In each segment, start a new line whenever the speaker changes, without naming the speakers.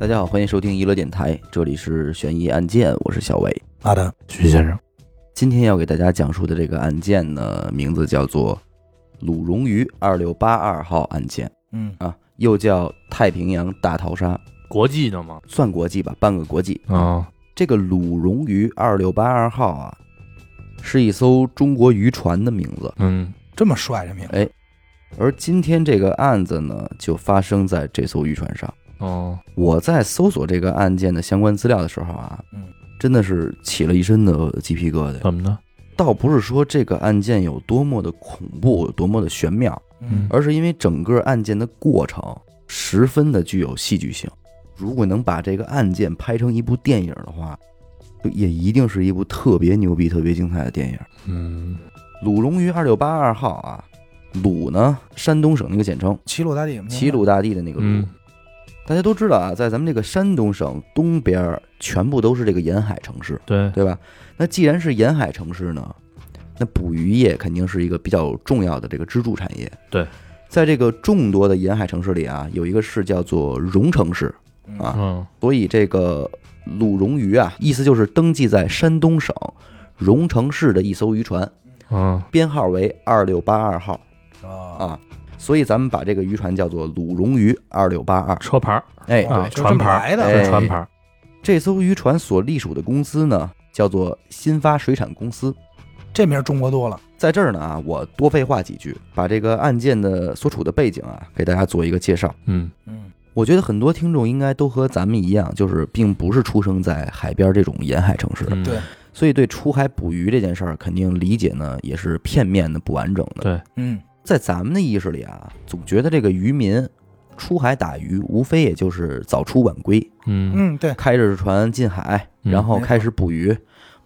大家好，欢迎收听娱乐电台，这里是悬疑案件，我是小伟。
阿丹，
徐先生，
今天要给大家讲述的这个案件呢，名字叫做鲁荣鱼二六八二号案件
嗯
啊，又叫太平洋大逃杀，
国际的吗？
算国际吧，半个国际。
啊，
这个鲁荣鱼二六八二号啊，是一艘中国渔船的名字，
嗯，
这么帅这名字，
哎而今天这个案子呢，就发生在这艘渔船上。
哦，
我在搜索这个案件的相关资料的时候啊，
嗯，
真的是起了一身的鸡皮疙瘩。
怎么呢？
倒不是说这个案件有多么的恐怖，有多么的玄妙，
嗯
而是因为整个案件的过程十分的具有戏剧性。如果能把这个案件拍成一部电影的话，就也一定是一部特别牛逼、特别精彩的电影。
嗯，
鲁荣鱼二六八二号啊，鲁呢，山东省的一个简称，
齐鲁大地，
齐鲁大地的那个鲁。
嗯，
大家都知道啊，在咱们这个山东省东边儿全部都是这个沿海城市，
对，
对吧？那既然是沿海城市呢，那捕鱼业肯定是一个比较重要的这个支柱产业。
对，
在这个众多的沿海城市里啊，有一个是叫做荣城市，啊
嗯，
所以这个鲁荣鱼啊，意思就是登记在山东省荣城市的一艘渔船，
嗯，
编号为二六八二号
啊，
啊。所以咱们把这个渔船叫做鲁荣鱼二六八二。
车牌儿
哎，
哦
啊，
就这
船
么
牌
来
儿
的
是船牌儿，
这艘渔船所隶属的公司呢，叫做新发水产公司。
这名儿中国多了，
在这儿呢啊，我多废话几句，把这个案件的所处的背景啊，给大家做一个介绍。
嗯，
嗯
我觉得很多听众应该都和咱们一样，就是并不是出生在海边这种沿海城市，
嗯
对
所以对出海捕鱼这件事儿，肯定理解呢也是片面的、不完整的。
对，
嗯，
在咱们的意识里啊，总觉得这个渔民出海打鱼，无非也就是早出晚归，
嗯，
嗯对，
开着船进海，
嗯
然后
没错
开始捕鱼，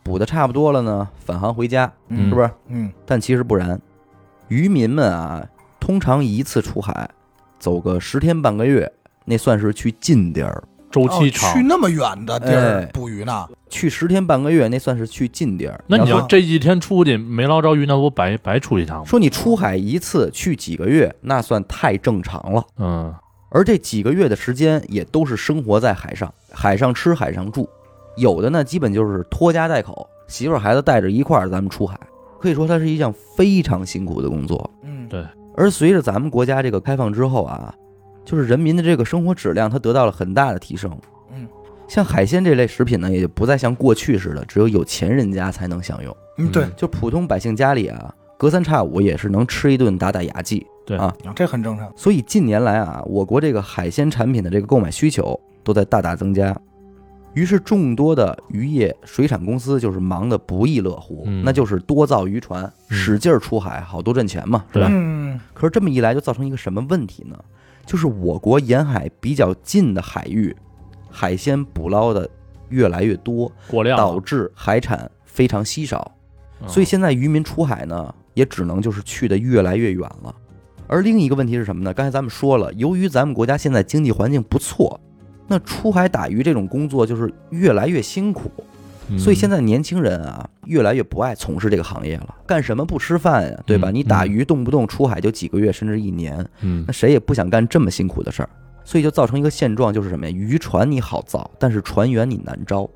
捕的差不多了呢，返航回家，
嗯
是不是？
嗯
但其实不然，渔民们啊，通常一次出海走个十天半个月，那算是去近地儿；
周期
哦
长。
去那么远的地儿
哎
捕鱼呢，去
去十天半个月，那算是去近地儿。
那
要
你要
说
这几天出去没捞着鱼，那不白白出一趟吗？
说你出海一次去几个月，那算太正常了。
嗯，
而这几个月的时间，也都是生活在海上，海上吃，海上住，有的呢，基本就是拖家带口，媳妇儿孩子带着一块儿，咱们出海。可以说，它是一项非常辛苦的工作。
嗯
对
而随着咱们国家这个开放之后啊，就是人民的这个生活质量，它得到了很大的提升。
嗯，
像海鲜这类食品呢，也就不再像过去似的，只有有钱人家才能享用。
嗯对，
就普通百姓家里啊，隔三差五也是能吃一顿打打牙祭。
哦这很正常，
所以近年来啊，我国这个海鲜产品的这个购买需求都在大大增加。于是，众多的渔业水产公司就是忙得不亦乐乎，
嗯
那就是多造渔船，
嗯
使劲儿出海，好多挣钱嘛，是吧？
对
嗯
可是这么一来，就造成一个什么问题呢？就是我国沿海比较近的海域，海鲜捕捞的越来越多，
过量
导
了，嗯
致海产非常稀少。所以现在渔民出海呢，也只能就是去的越来越远了。而另一个问题是什么呢？刚才咱们说了，由于咱们国家现在经济环境不错，那出海打鱼这种工作就是越来越辛苦。
嗯，
所以现在年轻人啊，越来越不爱从事这个行业了。干什么不吃饭呀、对吧？
嗯
你打鱼动不动出海就几个月甚至一年，
嗯
那，谁也不想干这么辛苦的事儿。所以就造成一个现状，就是什么呀？渔船你好造，但是船员你难招。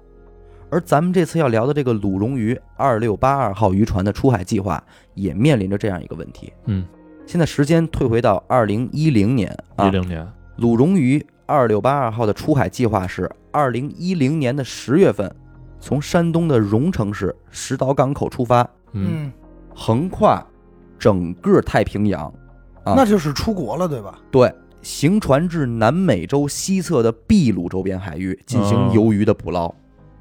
而咱们这次要聊的这个鲁荣鱼二六八二号渔船的出海计划，也面临着这样一个问题。
嗯，
现在时间退回到二零一零年
一
啊，
零年，
鲁荣鱼二六八二号的出海计划是二零一零年的十月份，从山东的荣城市石岛港口出发，
嗯，
横跨整个太平洋。啊
那就是出国了对吧？
对，行船至南美洲西侧的秘鲁周边海域进行
哦
鱿鱼的捕捞。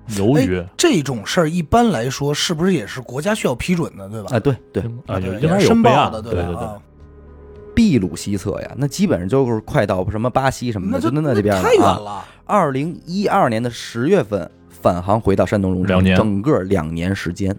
鱿鱼
这种事儿一般来说是不是也是国家需要批准的对吧？
啊，对对，
啊，有
对，
应该
也
有
申
备
报
案
的，
对
吧？
对对，
啊
秘鲁西侧呀，那基本上就是快到什么巴西什么的，
就
嗯就那那这边啊
太远
了。
了，
二零一二年的十月份返航回到山东荣城，
两年
整个两年时间。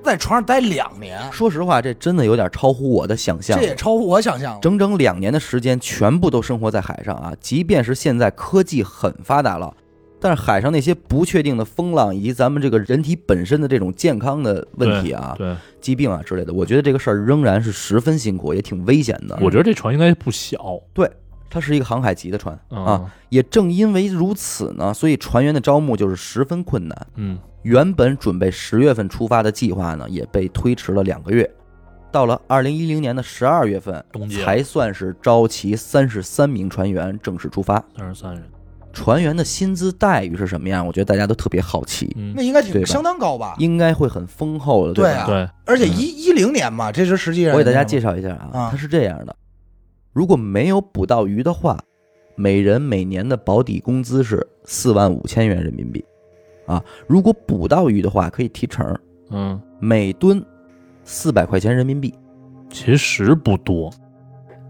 在船上待两年，
说实话，这真的有点超乎我的想象
这。也超乎我想象了。
整整两年的时间，全部都生活在海上啊！即便是现在科技很发达了，但是海上那些不确定的风浪，以及咱们这个人体本身的这种健康的问题啊，
对，
疾病啊之嗯类的，我觉得这个事儿仍然是十分辛苦，也挺危险的。
我觉得这船应该不小，
它是一个航海级的船。
啊，
也正因为如此呢，所以船员的招募就是十分困难。
嗯
原本准备十月份出发的计划呢，也被推迟了两个月，到了二零一零年的十二月份
冬，季
才算是招齐三十三名船员正式出发。
三十三人，
船员的薪资待遇是什么样？我觉得大家都特别好奇，
嗯
那，应该
对
挺
吧
相当高吧？
应该会很丰厚的，
对
吧？
啊，
对，
而且
嗯
一一零年嘛，这是实际上
我给大家介绍一下啊
啊，
它是这样的：如果没有捕到鱼的话，每人每年的保底工资是四万五千元人民币，啊，如果捕到鱼的话，可以提成，
嗯，
每吨四百块钱人民币，
其实不多，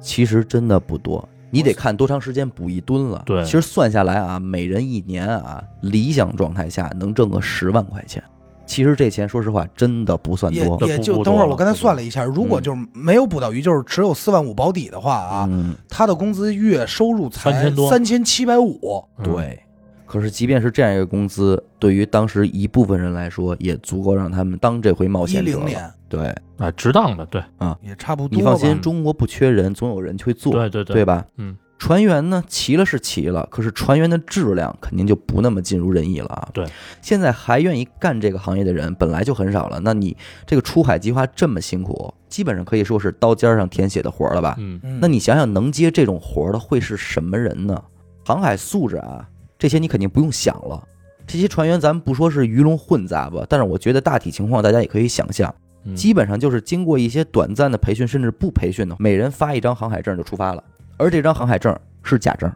其实真的不多。你得看多长时间捕一吨了。
对
其实算下来啊，每人一年啊，理想状态下能挣个十万块钱。其实这钱，说实话，真的不算
也
多。
也就等会儿，我刚才算了一下，如果就是没有捕到鱼，就是只有四万五保底的话啊，
嗯，
他的工资月收入才
3000多
三千七百五，
嗯，
对。可是，即便是这样一个工资，对于当时一部分人来说，也足够让他们当这回冒
一
险者
零
了。
年
对，
啊，值当的，对，
也差不多。
你
吧。
放心，中国不缺人，总有人去做，
对对
对，吧？
嗯，
船员呢，齐了是齐了，可是船员的质量肯定就不那么尽如人意了啊。
对，
现在还愿意干这个行业的人本来就很少了，那你这个出海计划这么辛苦，基本上可以说是刀尖上舔血的活儿了吧？
嗯
嗯，
那你想想，能接这种活儿的会是什么人呢？航海素质啊，这些你肯定不用想了。这些船员咱们不说是鱼龙混杂吧，但是我觉得大体情况大家也可以想象，
嗯，
基本上就是经过一些短暂的培训，甚至不培训的，每人发一张航海证就出发了。而这张航海证是假证，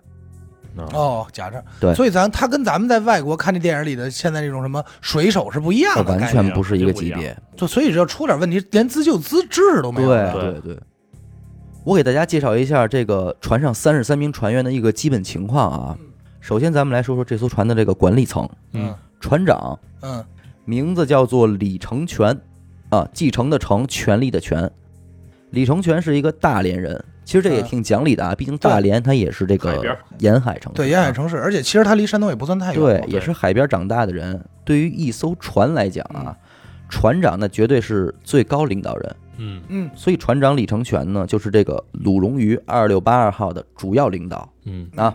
啊
哦，假证
对
所以咱他跟咱们在外国看这电影里的现在这种什么水手是不一样的概
呃完
念，
全不是一个级别。
就所以这出点问题，连自救资质都没
对
有了。
对对，我给大家介绍一下这个船上三十三名船员的一个基本情况啊。首先，咱们来说说这艘船的这个管理层，
嗯
船长
嗯
名字叫做李成全，啊，继承的承，权力的权。李成全是一个大连人，其实这也
嗯
挺讲理的啊，毕竟大连它也是这
海边
个
儿
沿海城市，
对，沿海城市，而且其实他离山东也不算太远。
对，也
对
是海边长大的人。对于一艘船来讲啊，船长那绝对是最高领导人。
嗯
嗯，
所以船长李成全呢，就是这个鲁荣鱼二六八二号的主要领导
嗯
啊。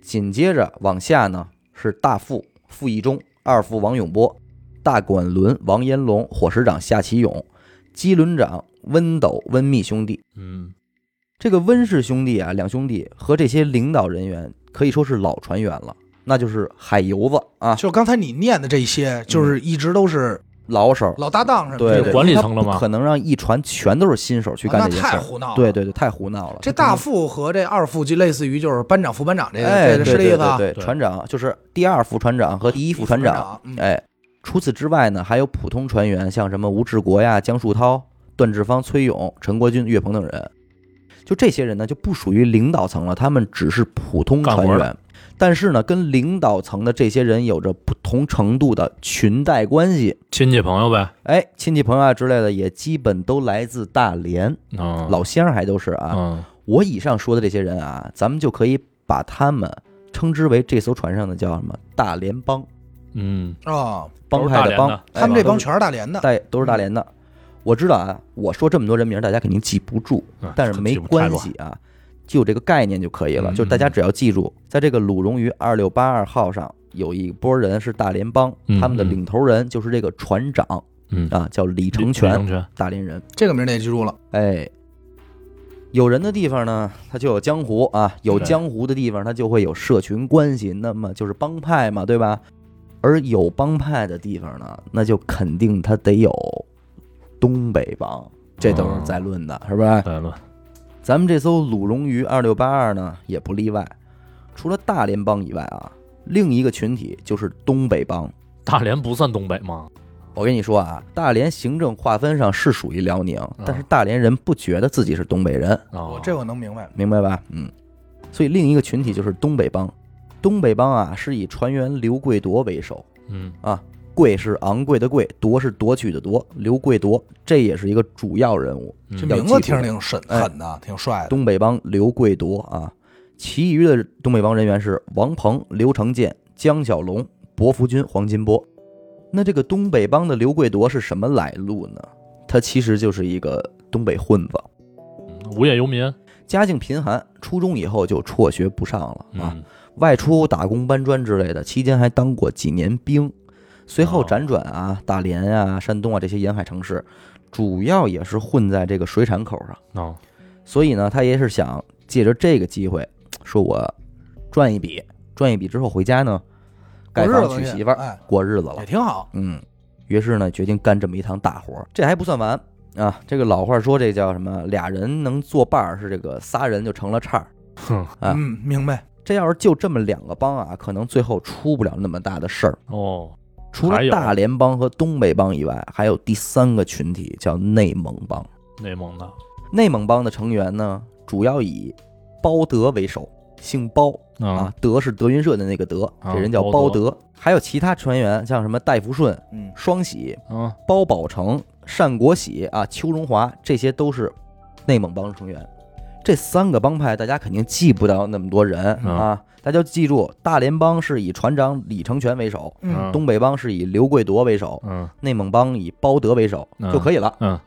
紧接着往下呢是大副傅义忠、二副王永波、大管轮王延龙、伙食长夏启勇、机轮长温斗温密兄弟。
嗯
这个温氏兄弟啊，两兄弟和这些领导人员可以说是老船员了，那就是海油子啊，
就刚才你念的这些，就是一直都是
老手，
老搭档
嗯
什么
对
之类
对
的
管理层了
不
吗
可能让一船全都是新手去
啊
干
那
这件事
太
儿。
胡闹了。
对对对，太胡闹了。
这大副和这二副就类似于就是班长、副班长这个，
哎，对
这个是这
对
意思啊？
对，
对
船长就是第二副船长和第一副船长。
长，嗯
哎，除此之外呢，还有普通船员，像什么吴志国呀、江树涛、段志芳、崔勇、陈国军、岳鹏等人。就这些人呢，就不属于领导层了，他们只是普通
干活
船
的
员。但是呢，跟领导层的这些人有着不同程度的裙带关系。
亲戚朋友呗，
哎，亲戚朋友啊之类的，也基本都来自大连，
嗯，
老乡还都是啊。
嗯
我以上说的这些人啊，咱们就可以把他们称之为这艘船上的叫什么大连帮
嗯
哦，
帮派帮，
都是大连的嗯
哎
他们这帮
都是
全是大连的，
带都是大连的。我知道啊，我说这么多人名儿，大家肯定记不住，
嗯，
但是没关系啊，就有这个概念就可以了。
嗯
就是大家只要记住，在这个鲁荣鱼二六八二号上有一波人是大连帮，
嗯
他们的领头人就是这个船长
嗯，
啊，叫李成
李
全
成，全，
大连人。
这个名儿得记住了。
哎，有人的地方呢，它就有江湖啊；有
对
江湖的地方，它就会有社群关系，那么就是帮派嘛，对吧？而有帮派的地方呢，那就肯定它得有东北帮，这都是在论的，是不是？
来了，
咱们这艘鲁荣鱼二六八二呢，也不例外。除了大连帮以外啊，另一个群体就是东北帮。
大连不算东北吗？
我跟你说啊，大连行政划分上是属于辽宁，但是大连人不觉得自己是东北人，
啊，
我这我能明白。
明白吧？嗯，所以另一个群体就是东北帮。东北帮啊，是以船员刘贵铎为首
嗯
啊，贵是昂贵的贵，铎是夺取的夺，刘贵铎这也是一个主要人物。
嗯
这
要
名字
记住
听着挺神
哎
狠的，挺帅的。
东北帮刘贵铎啊，其余的东北帮人员是王鹏、刘成建、江小龙、薄福军、黄金波。那这个东北帮的刘贵铎是什么来路呢？他其实就是一个东北混子，啊
无业游民，
家境贫寒，初中以后就辍学不上了啊，
嗯
外出打工搬砖之类的，期间还当过几年兵。随后
哦
辗转啊，大连啊、山东啊这些沿海城市，主要也是混在这个水产口上。
哦，
所以呢，他也是想借着这个机会，说我赚一笔，赚一笔之后回家呢，盖
过日
房
子
娶
去
媳妇儿，
哎，
过日子了
也。挺好。
嗯，于是呢，决定干这么一趟大活儿。这还不算完啊，这个老话说这叫什么？俩人能作伴儿是这个，仨人就成了叉儿。
哼，
啊
嗯，明白。
这要是就这么两个帮啊，可能最后出不了那么大的事儿。
哦，
除了
还有
大联帮和东北帮以外，还有第三个群体叫内蒙帮。
内蒙的，
内蒙帮的成员呢，主要以包德为首，姓包啊
啊，，
德是德云社的那个德，
啊
这人叫包
包
德。还有其他船员，像什么戴福顺、
嗯，
双喜、
啊，
包宝成、单国喜啊、邱荣华，这些都是内蒙帮成员。这三个帮派大家肯定记不到那么多人
嗯
啊，大家记住，大连帮是以船长李成全为首，
嗯
嗯
东北帮是以刘贵铎为首，
嗯
内蒙帮以包德为首
嗯
就可以了。
嗯，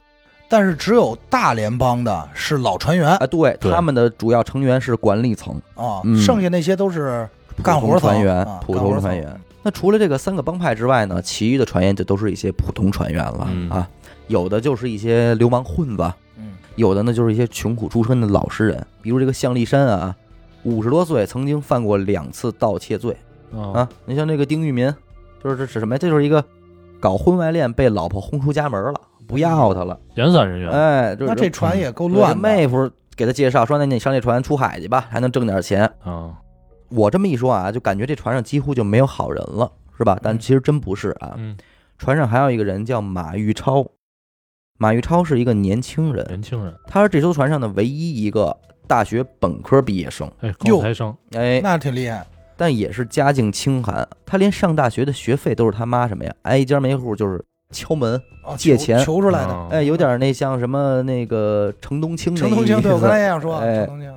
但是只有大联邦的是老船员
啊，对，
对
他们的主要成员是管理层，
啊
嗯，
剩下那些都是干
普
活
通船
层
员
啊，
普
干活
通
层
船员。那除了这个三个帮派之外呢，其余的船员就都是一些普通船员了、
嗯
啊，有的就是一些流氓混子，
嗯，
有的呢就是一些穷苦出身的老实人，比如这个向立山啊，五十多岁，曾经犯过两次盗窃罪
啊，
哦
啊。你像这个丁玉民，就是这是什么呀？这就是一个搞婚外恋被老婆轰出家门了，不要他了，
闲散人员，
哎，就是
啊那这船也够乱
对
的。
妹夫给他介绍说，那你上这船出海去吧，还能挣点钱。
啊，
我这么一说啊，就感觉这船上几乎就没有好人了，是吧？但
嗯
其实真不是啊，
嗯，
船上还有一个人叫马玉超，马玉超是一个年轻人，
年轻人，
他是这艘船上的唯一一个大学本科毕业生，
哎，高
哟
材生，
哎，
那挺厉害。
但也是家境清寒，他连上大学的学费都是他妈什么呀，挨家没户就是敲门，
哦
借
求
钱
求出来的。
啊
哎，有点那像什么那个程东青那
程哦东
意
青，对我刚才
思
也想说，
哎
程东青，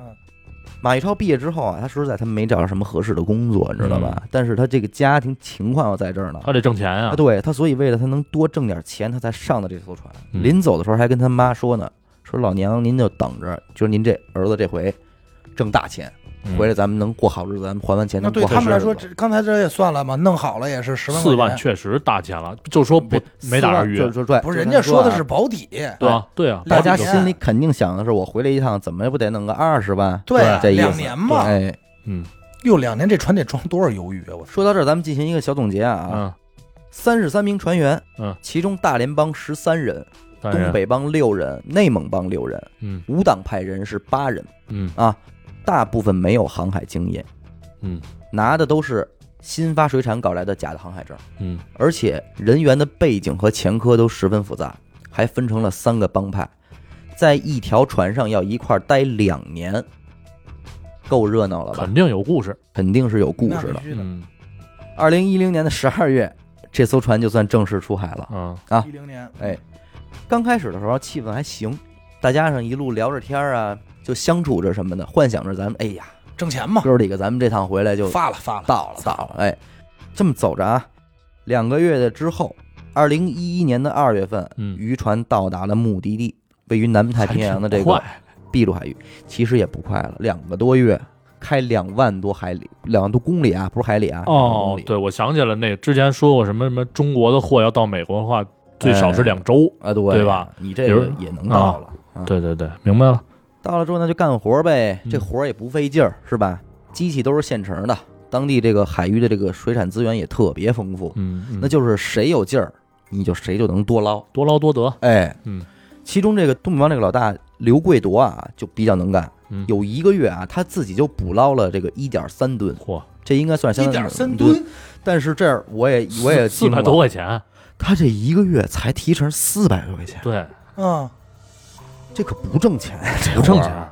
马玉超毕业之后啊，他说实在他没找着什么合适的工作，你知道
嗯
吧？但是他这个家庭情况要在这儿呢，
他得挣钱啊
啊，，对他，所以为了他能多挣点钱，他才上的这艘船。
嗯
临走的时候还跟他妈说呢，说老娘您就等着，就是您这儿子这回挣大钱，
嗯
回来咱们能过好日子，咱们还完钱
那
能
对
过好
他们来
日子
说，这刚才这也算了嘛，弄好了也是十万块
四万
钱。
确实大钱了，就说不没打上
四万
月
就，就对，
不是，
就
人家说的
啊
是保底，
对
啊，对啊，
大家
两年
心里肯定想的是，我回来一趟怎么也不得弄个二十万，
啊
这意思
两年嘛，
哎，
嗯
哟，两年这船得装多少鱿鱼啊！我操，
说到这儿，咱们进行一个小总结啊，
嗯，
三十三名船员，
嗯，
其中大连帮十三人，
当然
东，北帮六人，内蒙帮六人，
嗯
无党派人是八人。
嗯
啊，大部分没有航海经验，
嗯
拿的都是新发水产搞来的假的航海证，
嗯
而且人员的背景和前科都十分复杂，还分成了三个帮派，在一条船上要一块儿待两年，够热闹了吧
肯？定有故事，
肯定是有故事
那
的
必。须的。
嗯
二零一零年的十二月，这艘船就算正式出海了。
啊，
啊
一零年，
哎，刚开始的时候气氛还行，大家上一路聊着天儿啊，就相处着什么的，幻想着咱们，哎呀，
挣钱嘛，
哥儿几个，咱们这趟回来就
发了发了，
到了，到了，哎，这么走着啊，两个月的之后，二零一一年的二月份，
嗯
渔船到达了目的地，位于南太平洋的这个
快
秘鲁海域。其实也不快了，两个多月，开两万多海里，两万多公里啊，不是海里啊，两万
哦
公，里
对，我想起了那之前说过什么什么中国的货要到美国的话，最少是两周，
啊，对
对吧？
你这个也能到了，啊
对对对，明白了，
到了之后那就干活呗，
嗯
这活儿也不费劲儿，是吧？机器都是现成的，当地这个海域的这个水产资源也特别丰富，
嗯，嗯
那就是谁有劲儿，你就谁就能多捞。
多劳多得，
哎，
嗯，
其中这个东北帮这个老大刘贵铎啊，就比较能干，
嗯
有一个月啊，他自己就捕捞了这个一点三吨，
嚯，
这应该算相
一
当于
点三
吨。
吨，
但是这儿我也我也
四
惊
百
了
多，块钱，
他这一个月才提成四百多块钱，
对，
嗯，
这可不挣钱呀，这
不挣
活儿
钱。。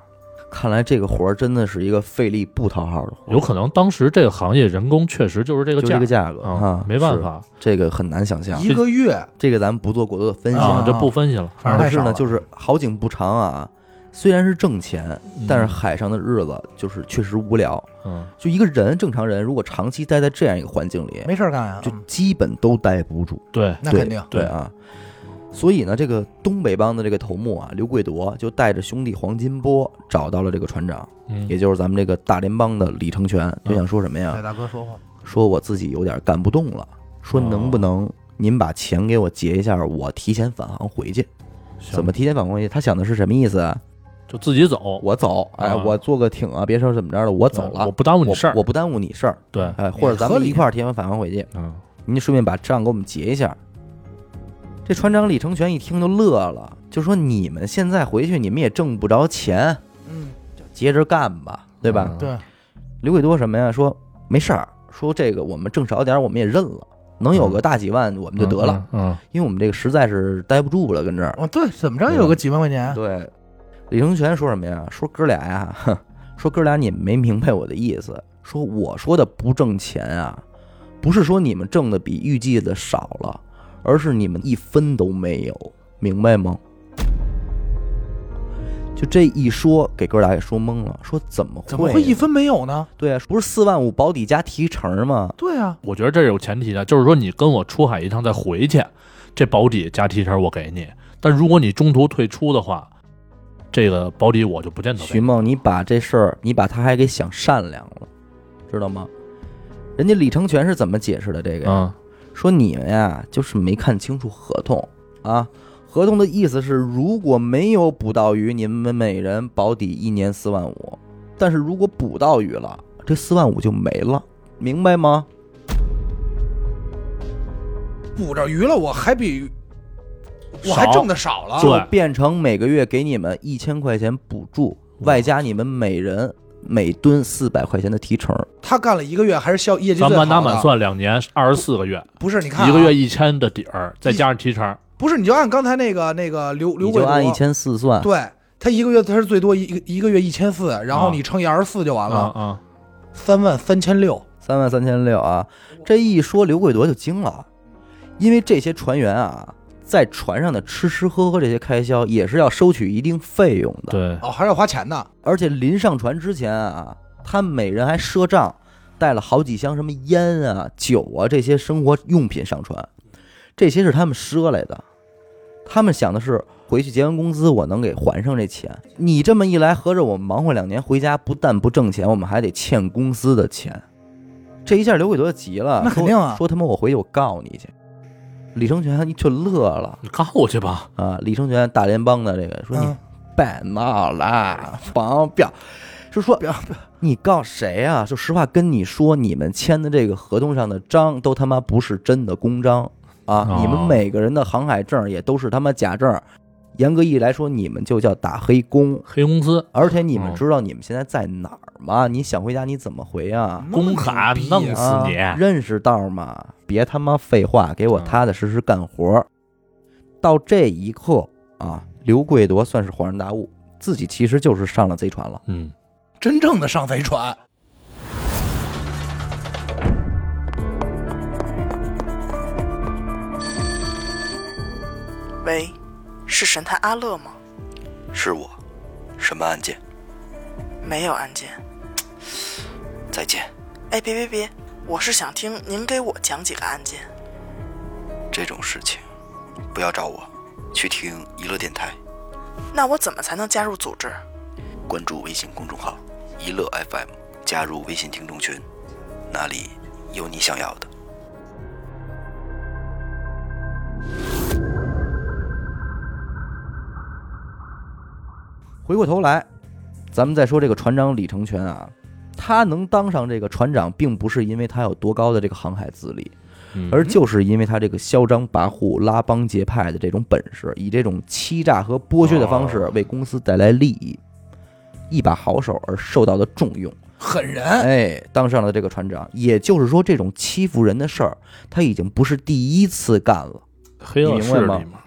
看来这个活儿真的是一个费力不讨好的活儿，
有可能当时这个行业人工确实就是这个
就这
价
个价格
啊
啊，，
没办
是，
法
这个很难想象，
一个月，
这个咱们不做过多的分析。
啊
啊，
这不分析了。
反
但
正太
是
少
呢，
了
就是好景不长啊，虽然是挣钱，
嗯
但是海上的日子就是确实无聊。
嗯，
就一个人正常人，如果长期待在这样一个环境里，
没事儿干啊，
就
嗯
基本都待不住。
对，
那
对
肯定，
对
对
啊。所以呢，这个东北帮的这个头目啊，刘贵铎就带着兄弟黄金波找到了这个船长，
嗯
也就是咱们这个大联帮的李成全，就想说什么
带
呀？
大哥说
啊
话，
说我自己有点干不动了，说能不
哦
能您把钱给我结一下，我提前返航回去？
行
怎么提前返航回去？他想的是什么意思啊？
就自己走？
我走，哎，
啊
我坐个艇啊，别说怎么着了，我走
嗯我
了，
不耽误
我
你事儿。
我不耽误你事儿，
对，
哎，或者咱
合
们
理
一块儿提前返航回去。
嗯，
您顺便把账给我们结一下。这船长李成全一听就乐了，就说：“你们现在回去，你们也挣不着钱，
嗯，
接着干吧，对吧？”
嗯
对，
刘贵多什么呀？说没事儿，说这个我们挣少点儿我们也认了，能有个大几万我们就得了，
嗯。
因为我们这个实在是待不住了，跟这儿。
哦，对，怎么着也有个几万块钱，
对，李成全说什么呀？说哥俩呀，哼说哥俩你们没明白我的意思。说我说的不挣钱啊，不是说你们挣的比预计的少了，而是你们一分都没有，明白吗？就这一说，给哥俩给说懵了，说怎么会？
怎么会一？分没有呢？
对啊，不是四万五保底加提成吗？
对啊，
我觉得这是有前提的，就是说你跟我出海一趟再回去，这保底加提成我给你。但如果你中途退出的话，这个保底我就不见得给
徐。梦，你把这事儿，你把他还给想善良了，知道吗？人家李成全是怎么解释的这个呀？
嗯
说你们呀，就是没看清楚合同啊。合同的意思是，如果没有捕到鱼，你们每人保底一年四万五；但是如果捕到鱼了，这四万五就没了，明白吗？
捕着鱼了，我还比我还
少
挣的少了，
对
就变成每个月给你们一千块钱补助，外加你们每人每吨四百块钱的提成。
他干了一个月还是销业绩
咱
最
们
好
按打满
的
算，两年二十四个月，
不是？你看啊
一个月一千的底儿，再加上提成，
不是，你就按刚才那个那个刘刘
你
贵
就
国
按一千四算，
对他一个月他是最多一个一个月一千四，然后
啊
你乘以二十四就完
啊
了，
啊，
三万三千六。
三万三千六啊！这一说，刘贵铎就惊了，因为这些船员啊，在船上的吃吃喝喝这些开销也是要收取一定费用的，
对，
哦，还是要花钱的。
而且临上船之前啊，他每人还赊账，带了好几箱什么烟啊、酒啊这些生活用品上船，这些是他们赊来的。他们想的是回去结完工资，我能给还上这钱。你这么一来，合着我忙活两年回家，不但不挣钱，我们还得欠公司的钱。这一下刘伟多急了，
那肯定啊
说说他妈我回去我告你去。李成全就乐了
你告我去吧。
啊！李成全大联邦的这个说你
嗯
别闹了，黄彪，就说彪彪，你告谁啊？就实话跟你说，你们签的这个合同上的章都他妈不是真的公章啊！
哦
你们每个人的航海证也都是他妈假证，严格意义来说，你们就叫打黑工。
黑公司
而且你们
哦
知道你们现在在哪儿吗？你想回家你怎么回啊？
公卡
那么牛逼
弄
啊
死
啊
你
认识道吗？别他妈废话，给我
嗯
踏踏实实干活儿。到这一刻啊，刘贵铎算是恍然大悟，自己其实就是上了贼船了。
嗯，
真正的上贼船。
喂，是神探阿乐吗？
是我，什么案件？
没有案件。
再见，
哎，别别别，我是想听您给我讲几个案件。
这种事情不要找我，去听娱乐电台，
那我怎么才能加入组织？
关注微信公众号“娱乐 FM”，加入微信听众群，那里有你想要的。
回过头来，咱们再说这个船长李成全啊，他能当上这个船长，并不是因为他有多高的这个航海资历，
嗯
而就是因为他这个嚣张跋扈、拉帮结派的这种本事，以这种欺诈和剥削的方式
哦
为公司带来利益，一把好手而受到的重用。
狠人，
哎，当上了这个船长，也就是说，这种欺负人的事儿，他已经不是第一次干了。
黑恶
你明
势
白
力
吗
嘛。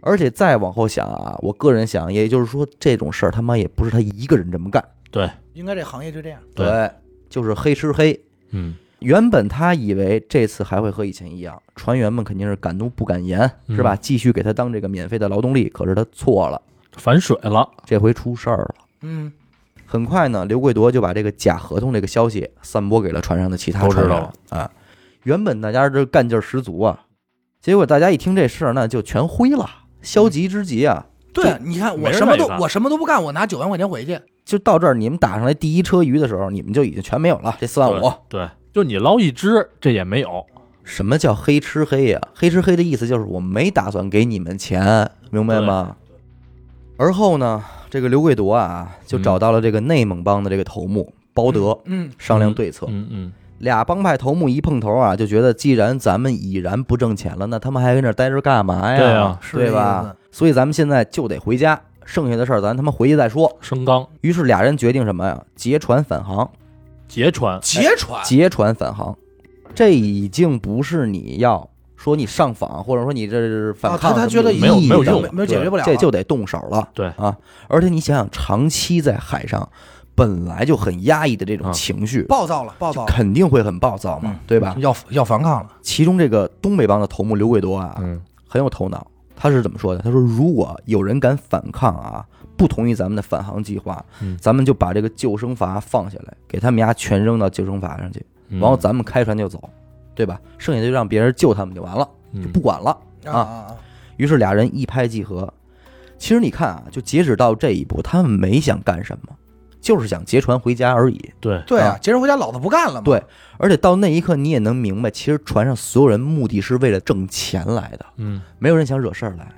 而且再往后想啊，我个人想，也就是说，这种事儿他妈也不是他一个人这么干，
对，
应该这行业就这样。
对
就是黑吃黑。
嗯
原本他以为这次还会和以前一样，船员们肯定是敢怒不敢言，是吧？
嗯
继续给他当这个免费的劳动力。可是他错了，
反水了，
这回出事儿了。
嗯，
很快呢，刘贵铎就把这个假合同这个消息散播给了船上的其他
都知
船
道
员啊。原本大家这干劲儿十足啊，结果大家一听这事儿，那就全灰了，消极之极啊！
对，你看
没
我
人
什么
愿意
都
干
我什么都不干，我拿九万块钱回去，
就到这儿，你们打上来第一车鱼的时候，你们就已经全没有了。这四万五，
对，对就你捞一只，这也没有，
什么叫黑吃黑呀、黑吃黑的意思就是我没打算给你们钱，明白吗？而后呢，这个刘贵铎啊，
嗯
就找到了这个内蒙帮的这个头目包德，
嗯，
商量对策。
嗯嗯，
俩帮派头目一碰头啊，就觉得既然咱们已然不挣钱了，那他们还跟这儿待着干嘛呀？
对啊
是
对
这意
吧
思？
所以咱们现在就得回家，剩下的事儿咱他妈回去再说。
升缸
于是俩人决定什么呀？劫船返航，
劫船，
劫
啊
船，
劫船返航，这已经不是你要说你上访，或者说你这是反抗
啊
什么
他他
意义
觉
的、
得
没有没有用
没有解决不了
对
了
这就得动手了。
对
啊，而且你想想，长期在海上本来就很压抑的这种
嗯
情绪，
暴躁了，暴躁了，
肯定会很暴躁嘛，
嗯
对吧？
要要反抗了，
其中这个东北帮的头目刘贵多啊，
嗯，
很有头脑。他是怎么说的？他说：“如果有人敢反抗啊，不同意咱们的返航计划，
嗯
咱们就把这个救生筏放下来，给他们家全扔到救生筏上去，
嗯
然后咱们开船就走，对吧？剩下就让别人救他们就完了，就
嗯
不管了。啊
啊，
于是俩人一拍即合。其实你看啊，就截止到这一步，他们没想干什么，就是想劫船回家而已。
对
对啊
啊，
劫人回家老子不干了嘛，
对
嗯
而且到那一刻，你也能明白，其实船上所有人目的是为了挣钱来的，
嗯
没有人想惹事儿来。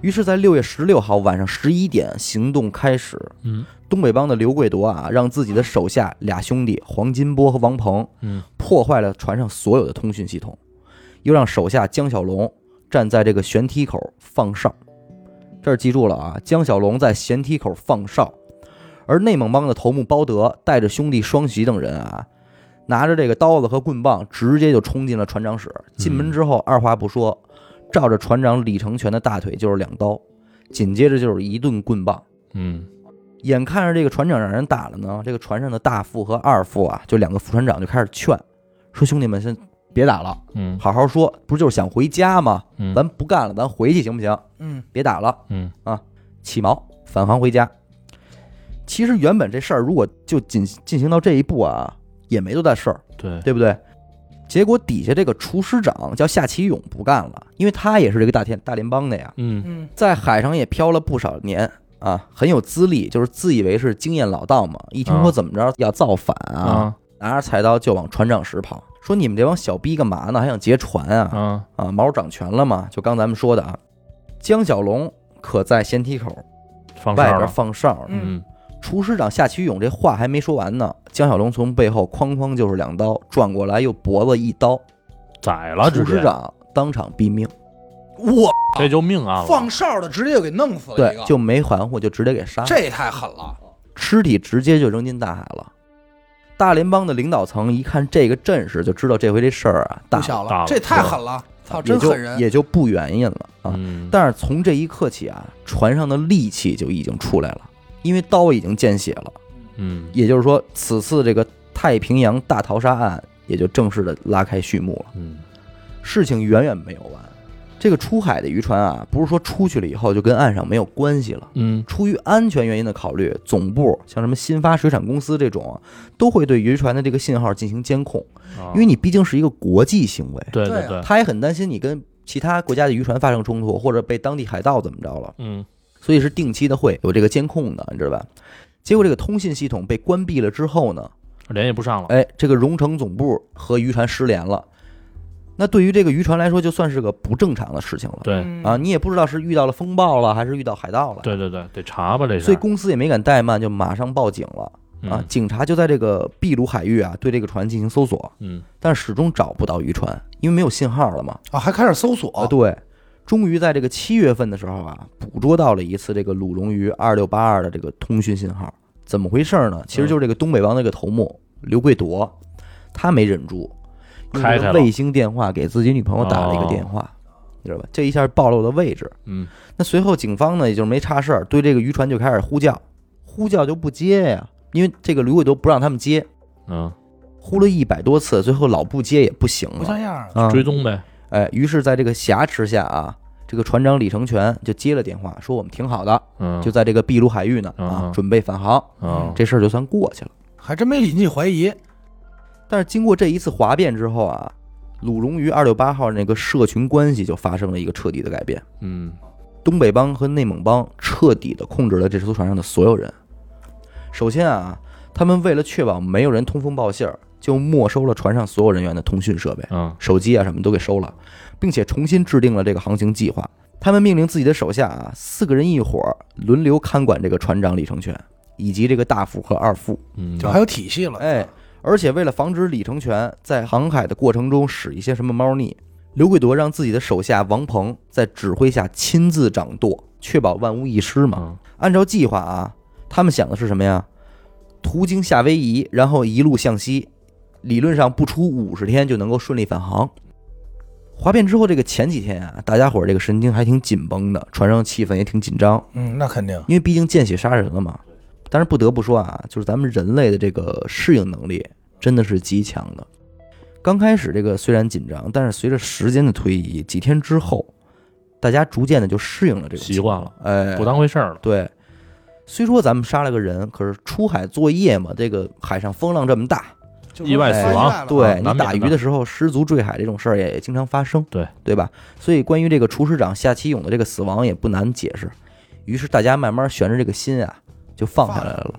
于是，在六月十六号晚上十一点，行动开始。
嗯
东北帮的刘贵铎啊，让自己的手下俩兄弟黄金波和王鹏
嗯
破坏了船上所有的通讯系统，又让手下江小龙站在这个舷梯口放哨。这儿记住了啊，江小龙在舷梯口放哨，而内蒙帮的头目包德带着兄弟双喜等人啊，拿着这个刀子和棍棒，直接就冲进了船长室。进门之后，二话不说，照着船长李成全的大腿就是两刀，紧接着就是一顿棍棒。
嗯
眼看着这个船长让人打了呢，这个船上的大副和二副啊，就两个副船长就开始劝，说兄弟们先别打了，
嗯
好好说，不就是想回家吗？
嗯，
咱不干了，咱回去行不行？
嗯，
别打了，
嗯
起锚，返航回家。其实原本这事儿如果就进进行到这一步啊，也没多大事儿，
对
对不对？结果底下这个厨师长叫夏启勇不干了，因为他也是这个大天大联邦的呀，
嗯
嗯，
在海上也漂了不少年啊，很有资历，就是自以为是经验老道嘛。一听说
啊
怎么着要造反啊，
啊
拿着菜刀就往船长室跑，说你们这帮小逼干嘛呢？还想劫船啊？
啊
啊，毛掌权了嘛？就刚咱们说的啊，江小龙可在舷梯口
放
外
哨
边
了，
放哨呢。
嗯
厨师长夏启勇这话还没说完呢，江小龙从背后哐哐就是两刀，转过来又脖子一刀，
宰了，
厨
直
师
接
长当场毙命。
我
这就命案了，
放哨的直接就给弄死了
对
一个，，
就没含糊，就直接给杀了。
这太狠了，
尸体直接就扔进大海了。大联邦的领导层一看这个阵势，就知道这回这事儿啊大
不小
大
了，
了
这太狠了，操，
也
真
就
狠人，
也就不原因了啊。
嗯，
但是从这一刻起啊，船上的戾气就已经出来了，因为刀已经见血了。
嗯
也就是说，此次这个太平洋大逃杀案也就正式的拉开序幕了。
嗯
事情远远没有完，这个出海的渔船啊，不是说出去了以后就跟岸上没有关系了。
嗯
出于安全原因的考虑，总部像什么新发水产公司这种啊，都会对渔船的这个信号进行监控，
啊
因为你毕竟是一个国际行为，
对
对
对
啊
对，
他也很担心你跟其他国家的渔船发生冲突，或者被当地海盗怎么着了，
嗯
所以是定期的会有这个监控的，你知道吧？结果这个通信系统被关闭了之后呢，
联系不上了，
哎，这个荣成总部和渔船失联了，那对于这个渔船来说，就算是个不正常的事情了。
对
嗯
啊，，你也不知道是遇到了风暴了，还是遇到海盗了。
对对对，得查吧这
所以
是
公司也没敢怠慢，就马上报警了啊！
嗯
警察就在这个秘鲁海域啊，对这个船进行搜索，
嗯
但始终找不到渔船，因为没有信号了嘛。
啊，还开始搜
啊，
哦
索，
对，终于在这个七月份的时候啊，捕捉到了一次这个鲁龙鱼二六八二的这个通讯信号。怎么回事呢？其实就是这个东北王那个头目刘贵铎，他没忍住，用这
开开
个
了哦
卫星电话给自己女朋友打了一个电话，你知道吧？这一下暴露了位置。
嗯
那随后警方呢，也就是没差事儿，对这个渔船就开始呼叫，呼叫就不接呀，因为这个刘贵都不让他们接，
嗯，
啊呼了一百多次，最后老不接也不行
不
了
像样儿，
啊。
追踪呗，
哎，于是在这个挟持下啊，这个船长李成全就接了电话，说我们挺好的，
嗯
就在这个秘鲁海域呢啊
嗯，嗯
准备返航，
嗯
这事儿就算过去了。
还真没引起怀疑，
但是经过这一次哗变之后啊，鲁荣于二六八号那个社群关系就发生了一个彻底的改变，
嗯
东北帮和内蒙帮彻底的控制了这艘船上的所有人。首先啊，他们为了确保没有人通风报信儿，就没收了船上所有人员的通讯设备。
嗯
手机啊什么都给收了，并且重新制定了这个航行计划。他们命令自己的手下啊，四个人一伙儿轮流看管这个船长李成全以及这个大副和二副。
嗯，
就还有体系了。啊
哎，而且为了防止李成全在航海的过程中使一些什么猫腻，刘贵铎让自己的手下王鹏在指挥下亲自掌舵，确保万无一失嘛。
嗯
按照计划啊，他们想的是什么呀？途经夏威夷，然后一路向西，理论上不出五十天就能够顺利返航。哗变之后，这个前几天啊，大家伙儿这个神经还挺紧绷的，船上气氛也挺紧张，
嗯，那肯定。
因为毕竟见血杀人了嘛。但是不得不说啊，就是咱们人类的这个适应能力真的是极强的。刚开始这个虽然紧张，但是随着时间的推移，几天之后，大家逐渐的就适应了这个
习惯了，
哎，
不当回事儿了。
对，虽说咱们杀了个人，可是出海作业嘛，这个海上风浪这么大，
就
意外死
说
亡啊
哎
对你
难免的
打鱼的时候失足坠海这种事儿也也经常发生，
对
对吧？所以关于这个厨师长夏启勇的这个死亡也不难解释。于是大家慢慢悬着这个心啊，就放下来了。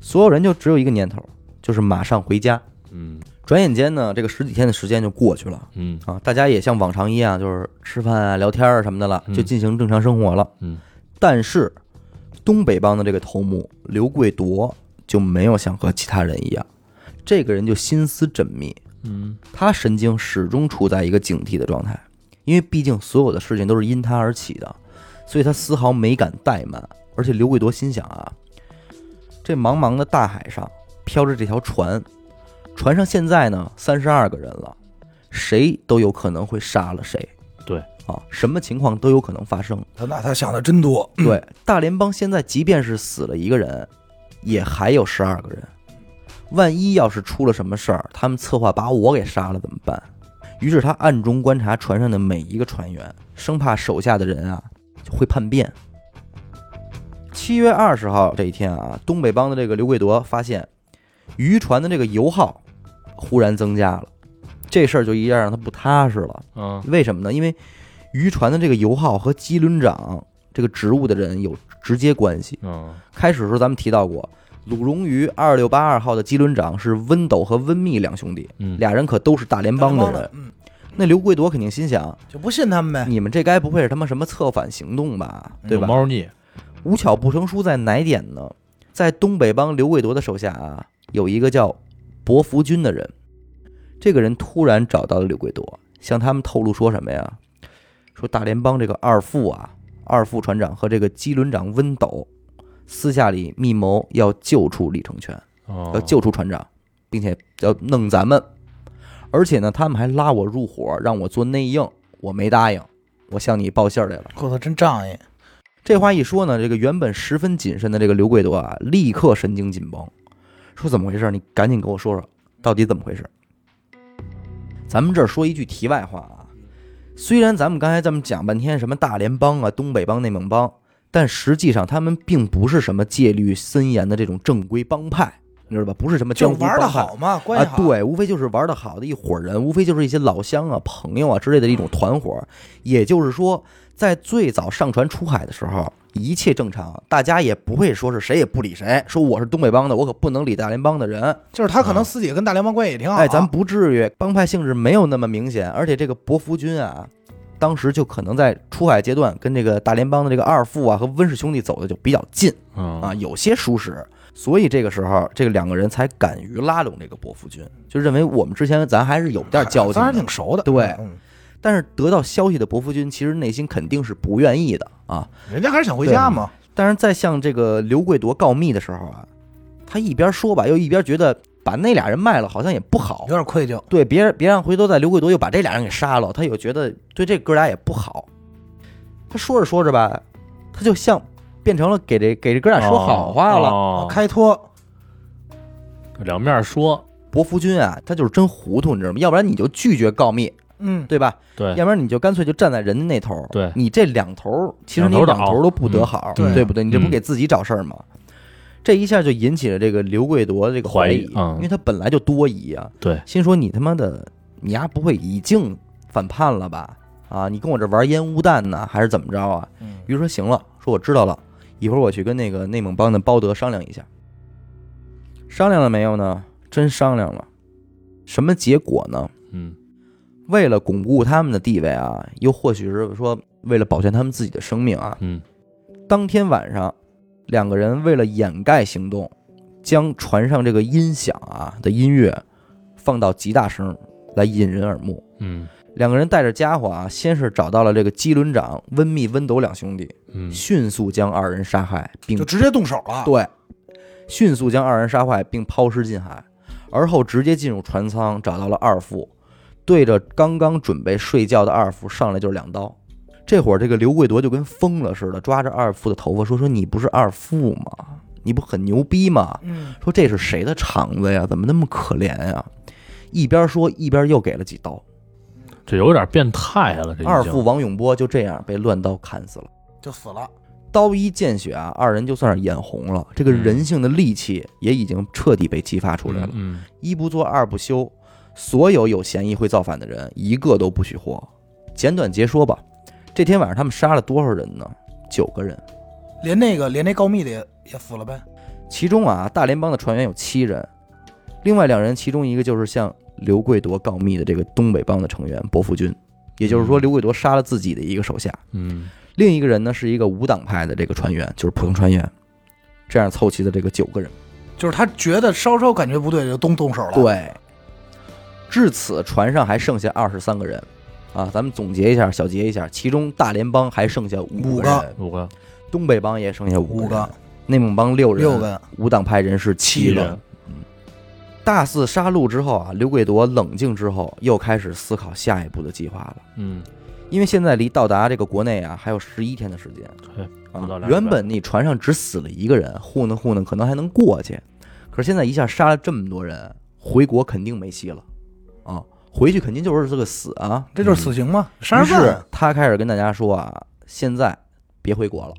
所有人就只有一个念头，就是马上回家。
嗯
转眼间呢，这个十几天的时间就过去了
嗯
啊，大家也像往常一样，就是吃饭啊、聊天啊什么的了，就
嗯
进行正常生活了。
嗯，
但是东北帮的这个头目刘贵铎就没有像和其他人一样，这个人就心思缜密，
嗯
他神经始终处在一个警惕的状态，因为毕竟所有的事情都是因他而起的，所以他丝毫没敢怠慢。而且刘贵铎心想啊，这茫茫的大海上飘着这条船，船上现在呢三十二个人了，谁都有可能会杀了谁。
对
啊，什么情况都有可能发生。
他那他想的真多，
对，大联邦现在即便是死了一个人，也还有十二个人。万一要是出了什么事儿，他们策划把我给杀了怎么办？于是他暗中观察船上的每一个船员，生怕手下的人啊就会叛变。七月二十号这一天啊，东北帮的这个刘贵铎发现渔船的这个油耗忽然增加了，这事儿就一下让他不踏实了。
嗯
为什么呢？因为渔船的这个油耗和机轮长这个职务的人有直接关系。
嗯
开始的时候咱们提到过，鲁荣于二六八二号的机轮长是温斗和温密两兄弟，
嗯，
俩人可都是大联邦的哎人。嗯
嗯，
那刘贵铎肯定心想，
就不信他们呗。
你们这该不会是他妈什么策反行动吧？对
有
吧？
猫腻，
无巧不成书在哪点呢？在东北帮刘贵铎的手下啊，有一个叫薄福军的人，这个人突然找到了刘贵铎，向他们透露说什么呀？说大联邦这个二副啊，二副船长和这个机轮长温斗私下里密谋要救出李成全，要
哦，
救出船长，并且要弄咱们，而且呢，他们还拉我入伙，让我做内应，我没答应，我向你报信儿来了。
我操，真仗义！
这话一说呢，这个原本十分谨慎的这个刘贵铎啊，立刻神经紧绷，说怎么回事？你赶紧给我说说，到底怎么回事？咱们这儿说一句题外话啊，虽然咱们刚才这么讲半天，什么大联邦啊、东北帮、内蒙帮，但实际上他们并不是什么戒律森严的这种正规帮派，你知道吧？不是什么
就
江湖
玩的
帮派
好嘛，关
啊
系，好。，
对，无非就是玩的好的一伙人，无非就是一些老乡啊、朋友啊之类的一种团伙。也就是说，在最早上船出海的时候，一切正常，大家也不会说是谁也不理谁，说我是东北帮的，我可不能理大联帮的人。
就是他可能私底下跟大联邦关系也挺好。
啊
啊
哎，咱不至于，帮派性质没有那么明显。而且这个伯福军啊，当时就可能在出海阶段跟这个大联邦的这个二副啊和温氏兄弟走的就比较近
嗯
啊，有些熟识。所以这个时候，这两个人才敢于拉拢这个伯福军，就认为我们之前咱还是有点交情
咱还
的
挺。熟的。
对
嗯
但是得到消息的伯福军其实内心肯定是不愿意的啊，
嗯人家还是想回家嘛。
但是在向这个刘贵铎告密的时候啊，他一边说吧，又一边觉得把那俩人卖了好像也不好
有，点愧疚，
对，别别让回头再刘贵铎又把这俩人给杀了，他又觉得对这哥俩也不好。他说着说着吧，他就像变成了给这给这哥俩
哦
哦
说好话了。啊
了
啊开脱
哦两面说，
伯福军啊，他就是真糊涂，你知道吗？要不然你就拒绝告密，
嗯，
对吧？
对，
要不然你就干脆就站在人家那头儿，
对
你这两头儿，其实你
两头倒
两头儿都不得好，
嗯
对不对？你这不
嗯
给自己找事儿吗？这一下就引起了这个刘贵铎这个
怀
疑
疑，嗯
因为他本来就多疑啊，
对，
心说你他妈的你丫不会已经反叛了吧？啊，你跟我这玩烟雾弹呢，还是怎么着啊？
嗯
于是说行了，说我知道了，一会儿我去跟那个内蒙帮的包德商量一下。商量了没有呢？真商量了，什么结果呢？
嗯
为了巩固他们的地位啊，又或许是说为了保全他们自己的生命啊，
嗯
当天晚上，两个人为了掩盖行动，将船上这个音响啊的音乐放到极大声，来引人耳目。
嗯
两个人带着家伙啊，先是找到了这个机轮长温密、温斗两兄弟，
嗯
迅速将二人杀害，并
就直接动手了。
对，迅速将二人杀害并抛尸进海，而后直接进入船舱，找到了二副，对着刚刚准备睡觉的二副上来就是两刀。这会儿，这个刘贵铎就跟疯了似的，抓着二副的头发说：“说你不是二副吗？你不很牛逼吗？
嗯，
说这是谁的肠子呀？怎么那么可怜呀？”一边说一边又给了几刀。
这有点变态了，这已经
二副王永波就这样被乱刀砍死了。
就死了。
刀一见血啊，二人就算是眼红了，这个
嗯
人性的戾气也已经彻底被激发出来了。
嗯
一不做二不休，所有有嫌疑会造反的人一个都不许活。简短截说吧，这天晚上他们杀了多少人呢？九个人，
连那个连那告密的也也死了呗。
其中啊大联邦的船员有七人，另外两人其中一个就是向刘贵铎告密的这个东北帮的成员薄福军，也就是说
嗯
刘贵铎杀了自己的一个手下，
嗯
另一个人呢是一个无党派的这个船员，就是普通船员。这样凑齐的这个九个人，
就是他觉得稍稍感觉不对，就动动手了。，
对。至此，船上还剩下二十三个人，啊，咱们总结一下，小结一下，其中大联邦还剩下五
五
人
个
嗯，五个
东北帮也剩下五
五
个人
个，
内蒙帮六人，
六个
无党派人士七人。嗯
人，
大肆杀戮之后啊，刘贵铎冷静之后，又开始思考下一步的计划了。
嗯
因为现在离到达这个国内啊，还有十一天的时间
嘿。哎不到
啊
两，个
原本你船上只死了一个人，糊弄糊弄可能还能过去，可是现在一下杀了这么多人，回国肯定没戏了啊！回去肯定就是这个死啊！
这就是死刑嘛，杀
于
人
是
犯。
他开始跟大家说啊，现在别回国了，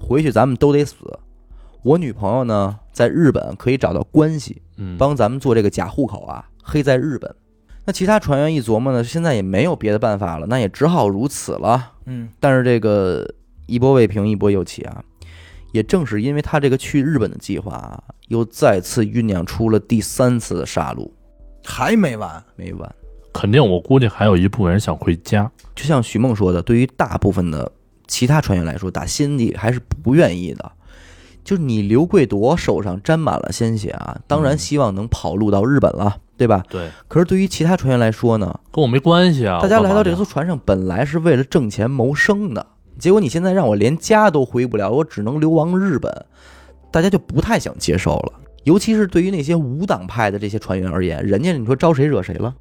回去咱们都得死。我女朋友呢，在日本可以找到关系，
嗯
帮咱们做这个假户口啊，黑在日本。那其他船员一琢磨呢，现在也没有别的办法了，那也只好如此了。
嗯，
但是这个一波未平，一波又起啊！也正是因为他这个去日本的计划啊，又再次酝酿出了第三次的杀戮，
还没完。
没完。
肯定我估计还有一部分人想回家，
就像许梦说的，对于大部分的其他船员来说，打心底还是不愿意的。就是你刘贵铎手上沾满了鲜血啊，当然
嗯
希望能跑路到日本了，对吧？
对，
可是对于其他船员来说呢，
跟我没关系啊，
大家
我干
来
嘛
到这
去
艘船上本来是为了挣钱谋生的，结果你现在让我连家都回不了，我只能流亡日本，大家就不太想接受了。尤其是对于那些无党派的这些船员而言，人家你说招谁惹谁了？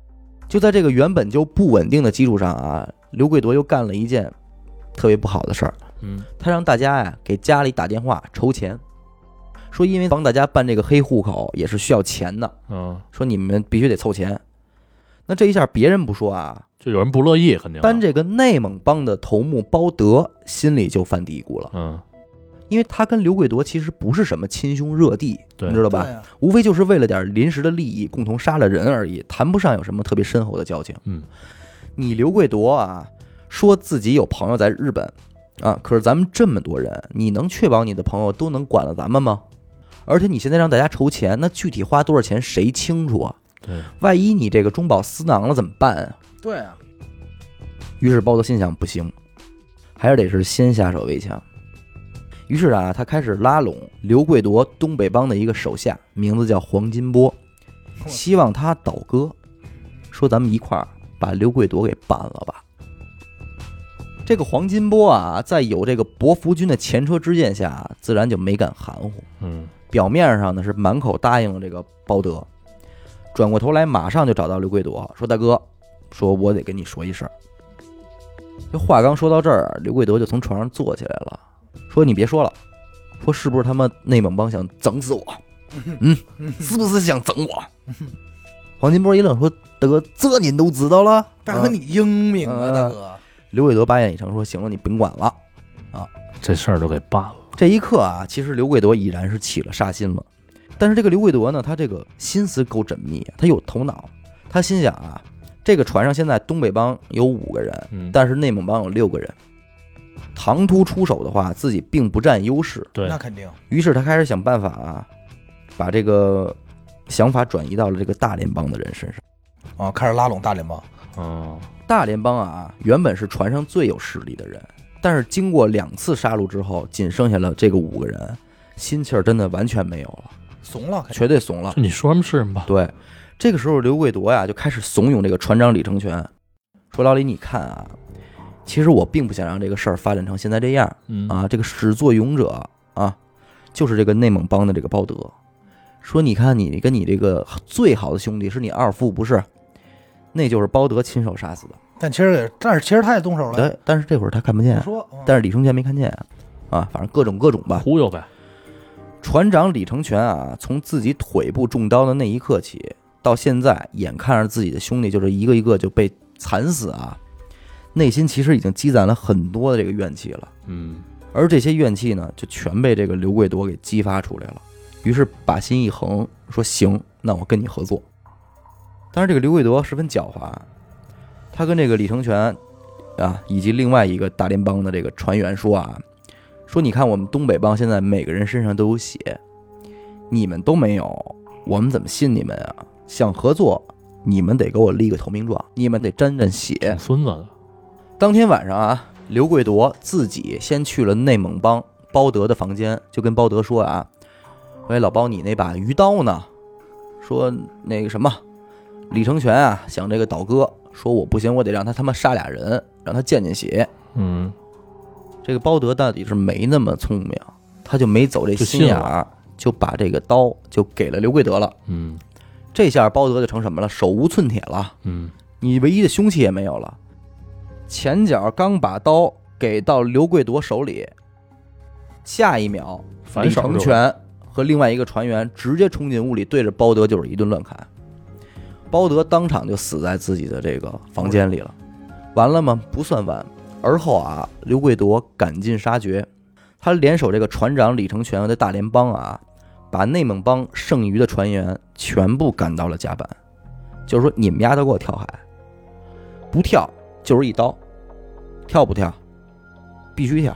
就在这个原本就不稳定的基础上啊，刘贵铎又干了一件特别不好的事儿，
嗯
他让大家呀给家里打电话筹钱，说因为帮大家办这个黑户口也是需要钱的，
嗯，
说你们必须得凑钱。那这一下别人不说啊，
就有人不乐意，肯定啊
单这个内蒙帮的头目包德心里就犯嘀咕了，
嗯
因为他跟刘贵铎其实不是什么亲兄热弟，
对
你知道
对啊
吧？
呀
无非就是为了点临时的利益，共同杀了人而已，谈不上有什么特别深厚的交情。
嗯，
你刘贵铎啊，说自己有朋友在日本啊，可是咱们这么多人，你能确保你的朋友都能管了咱们吗？而且你现在让大家筹钱，那具体花多少钱谁清楚啊？
对，
万一你这个中饱私囊了怎么办啊？
对啊，
于是包德心想不行，还是得是先下手为强。于是啊，他开始拉拢刘贵铎东北帮的一个手下，名字叫黄金波，希望他倒戈，说咱们一块儿把刘贵铎给办了吧。这个黄金波啊，在有这个薄福军的前车之鉴下，自然就没敢含糊。
嗯
表面上呢是满口答应了这个包德，转过头来马上就找到刘贵铎，说：“大哥，说我得跟你说一事儿。”这话刚说到这儿，刘贵铎就从床上坐起来了，说：“你别说了，说是不是他妈内蒙帮想整死我？嗯，是不是想整我？”黄金波一愣，说：“大哥，这您都知道了？
大哥
嗯
你英明啊，
嗯
大哥。
刘贵铎八眼一成，说：“行了，你甭管了。”
这事儿就给办了，
这一刻啊，其实刘贵铎已然是起了杀心了。但是这个刘贵铎呢，他这个心思够缜密，他有头脑。他心想啊，这个船上现在东北帮有五个人，
嗯，
但是内蒙帮有六个人。唐突出手的话，自己并不占优势，
对
那，肯定
于是他开始想办法啊，把这个想法转移到了这个大连帮的人身上。
啊，开始拉拢大联邦。
嗯，
大连帮啊，原本是船上最有实力的人，但是经过两次杀戮之后，仅剩下了这个五个人，心气儿真的完全没有了，
怂了，肯定
绝对怂了。
就你说什么是什么吧，
对，这个时候刘贵铎呀就开始怂恿这个船长李成全，说老李你看啊，其实我并不想让这个事儿发展成现在这样
嗯
啊，这个始作俑者啊，就是这个内蒙帮的这个包德，说你看你跟你这个最好的兄弟是你二夫不是，那就是包德亲手杀死的。
但其实也，但是其实他也动手了。
但但是这会儿他看不
我
见，啊
说，嗯
但是李成全没看见啊，啊，反正各种各种吧。
忽悠呗，
船长李成全啊，从自己腿部中刀的那一刻起，到现在，眼看着自己的兄弟就是一个一个就被惨死啊，内心其实已经积攒了很多的这个怨气了。
嗯，
而这些怨气呢，就全被这个刘贵铎给激发出来了。于是把心一横，说：“行，那我跟你合作。”当然，这个刘贵铎十分狡猾，他跟这个李成全啊，以及另外一个大连帮的这个船员说啊，说你看我们东北帮现在每个人身上都有血，你们都没有，我们怎么信你们啊？想合作，你们得给我立个投名状，你们得沾沾血。
挺孙子的，
当天晚上啊，刘贵铎自己先去了内蒙帮包德的房间，就跟包德说啊：“喂，老包，你那把鱼刀呢？”说那个什么，李成全啊，想这个倒戈，说我不行，我得让他他妈杀俩人，让他见见血。
嗯，
这个包德到底是没那么聪明，他就没走这
就
心
信
眼
了
儿，就把这个刀就给了刘贵德了。
嗯
这下包德就成什么了？手无寸铁了。
嗯
你唯一的凶器也没有了。前脚刚把刀给到刘贵铎手里，下一秒，
反
李
手
成
就
全和另外一个船员直接冲进屋里，对着包德就是一顿乱砍。包德当场就死在自己的这个房间里了。
哦
完了吗？不算完。而后啊，刘贵铎赶尽杀绝，他联手这个船长李成全和这大联帮啊，把内蒙帮剩余的船员全部赶到了甲板，就是说你们丫都给我跳海，不跳就是一刀，跳不跳？必须跳，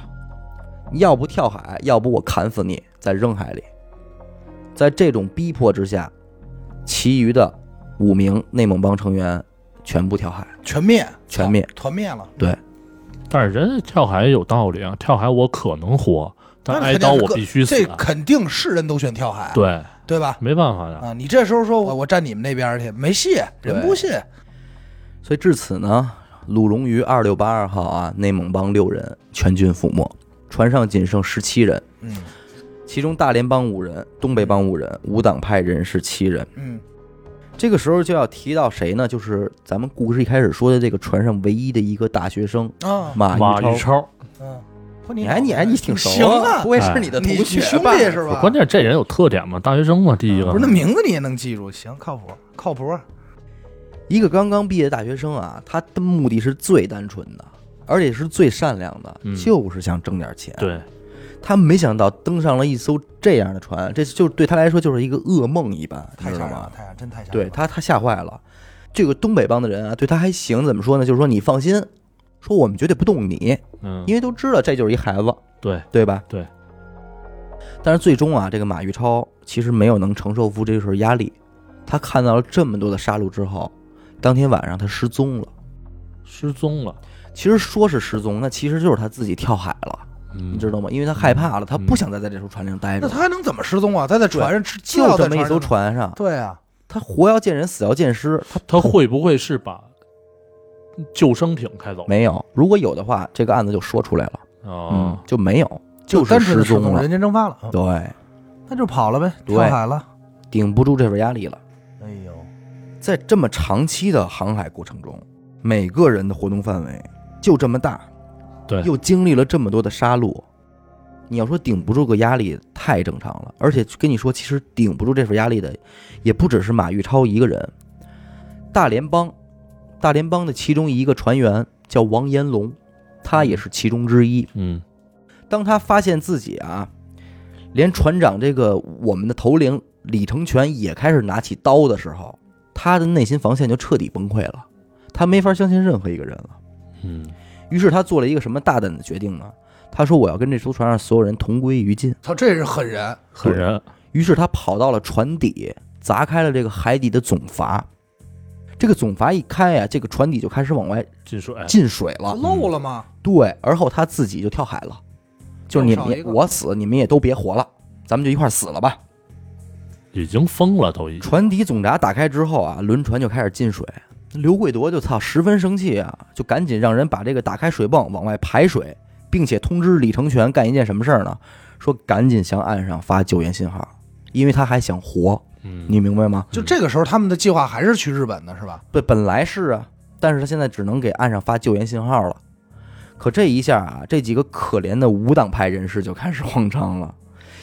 要不跳海，要不我砍死你，再扔海里。在这种逼迫之下，其余的五名内蒙帮成员全部跳海。
全灭，
全灭
操，团灭了。
但是人家跳海有道理啊，跳海我可能活，但
那
挨
肯定
刀
是
我
各
必须死啊
这，
啊
肯定是人都选跳海，
对，
对吧？
没办法呀，
啊，你这时候说我我站你们那边儿去，没戏，人不信。
所以至此呢，鲁荣于二六八二号啊，内蒙帮六人全军覆没，船上仅剩十七人，
嗯
其中大连帮五人，东北帮五人，无党派人士七人。
嗯，
这个时候就要提到谁呢？就是咱们故事一开始说的这个船上唯一的一个大学生
啊，
马
马
玉
玉
超。
超，
嗯，说
你还你还你挺熟
行啊
不，会是你的同
你
学
你兄
吧？
弟是吧？啊
关键这人有特点嘛，大学生嘛，第一个
不是那
嗯
名字你也能记住，行，靠谱，靠谱。
一个刚刚毕业的大学生啊，他的目的是最单纯的，而且是最善良的，
嗯
就是想挣点钱。
对，
他没想到登上了一艘这样的船，这就对他来说就是一个噩梦一般，你
太
知
吓
道
人了
吗，？
太吓人，真太吓人
对
了。
他，他吓坏了。这个东北帮的人啊，对他还行，怎么说呢？就是说你放心，说我们绝对不动你，
嗯
因，为都知道这就是一孩子，
对，
对吧？
对。
但是最终啊，这个马玉超其实没有能承受住这份压力，他看到了这么多的杀戮之后，当天晚上他失踪了。
失踪了，
其实说是失踪，那其实就是他自己跳海了，
你
嗯
你知道吗？因为他害
嗯
怕了，他不想再在这艘船上待着
那
了。
他还能怎么失踪啊？他在船上，知
就
道
这
在
么一艘
上。
船上，
对啊，
他活要见人，死要见尸，他
他会不会是把救生艇开走？
没有。如果有的话，这个案子就说出来了，嗯
哦，
嗯
就没有，就
单
是
纯的
失
失
踪了
人。间蒸发了，嗯
对，
那就跑了呗，
对
跳海了。
顶不住这份压力了。
哎呦，
在这么长期的航海过程中，每个人的活动范围就这么大，
对
又经历了这么多的杀戮，你要说顶不住个压力太正常了。而且跟你说，其实顶不住这份压力的，也不只是马玉超一个人。大联帮，大联帮的其中一个船员叫王延龙，他也是其中之一。
嗯，
当他发现自己啊，连船长这个我们的头领李成全也开始拿起刀的时候，他的内心防线就彻底崩溃了。他没法相信任何一个人了。
嗯，
于是他做了一个什么大胆的决定呢？他说：“我要跟这艘船上所有人同归于尽。
操，这是狠人，
狠人，”
于是他跑到了船底，砸开了这个海底的总阀。这个总阀一开啊，这个船底就开始往外
进水，
进水了。
漏了吗？
对，而后他自己就跳海了，就是你
又少一
们
个
我死，你们也都别活了，咱们就一块儿死了吧。
已经疯了，都已经。
船底总闸打开之后啊，轮船就开始进水。刘贵铎就操十分生气啊，就赶紧让人把这个打开水泵往外排水，并且通知李成全干一件什么事儿呢？说赶紧向岸上发救援信号，因为他还想活，
嗯，
你明白吗？
就这个时候，他们的计划还是去日本的是吧？
本本来是啊，但是他现在只能给岸上发救援信号了。可这一下啊，这几个可怜的无党派人士就开始 慌张了，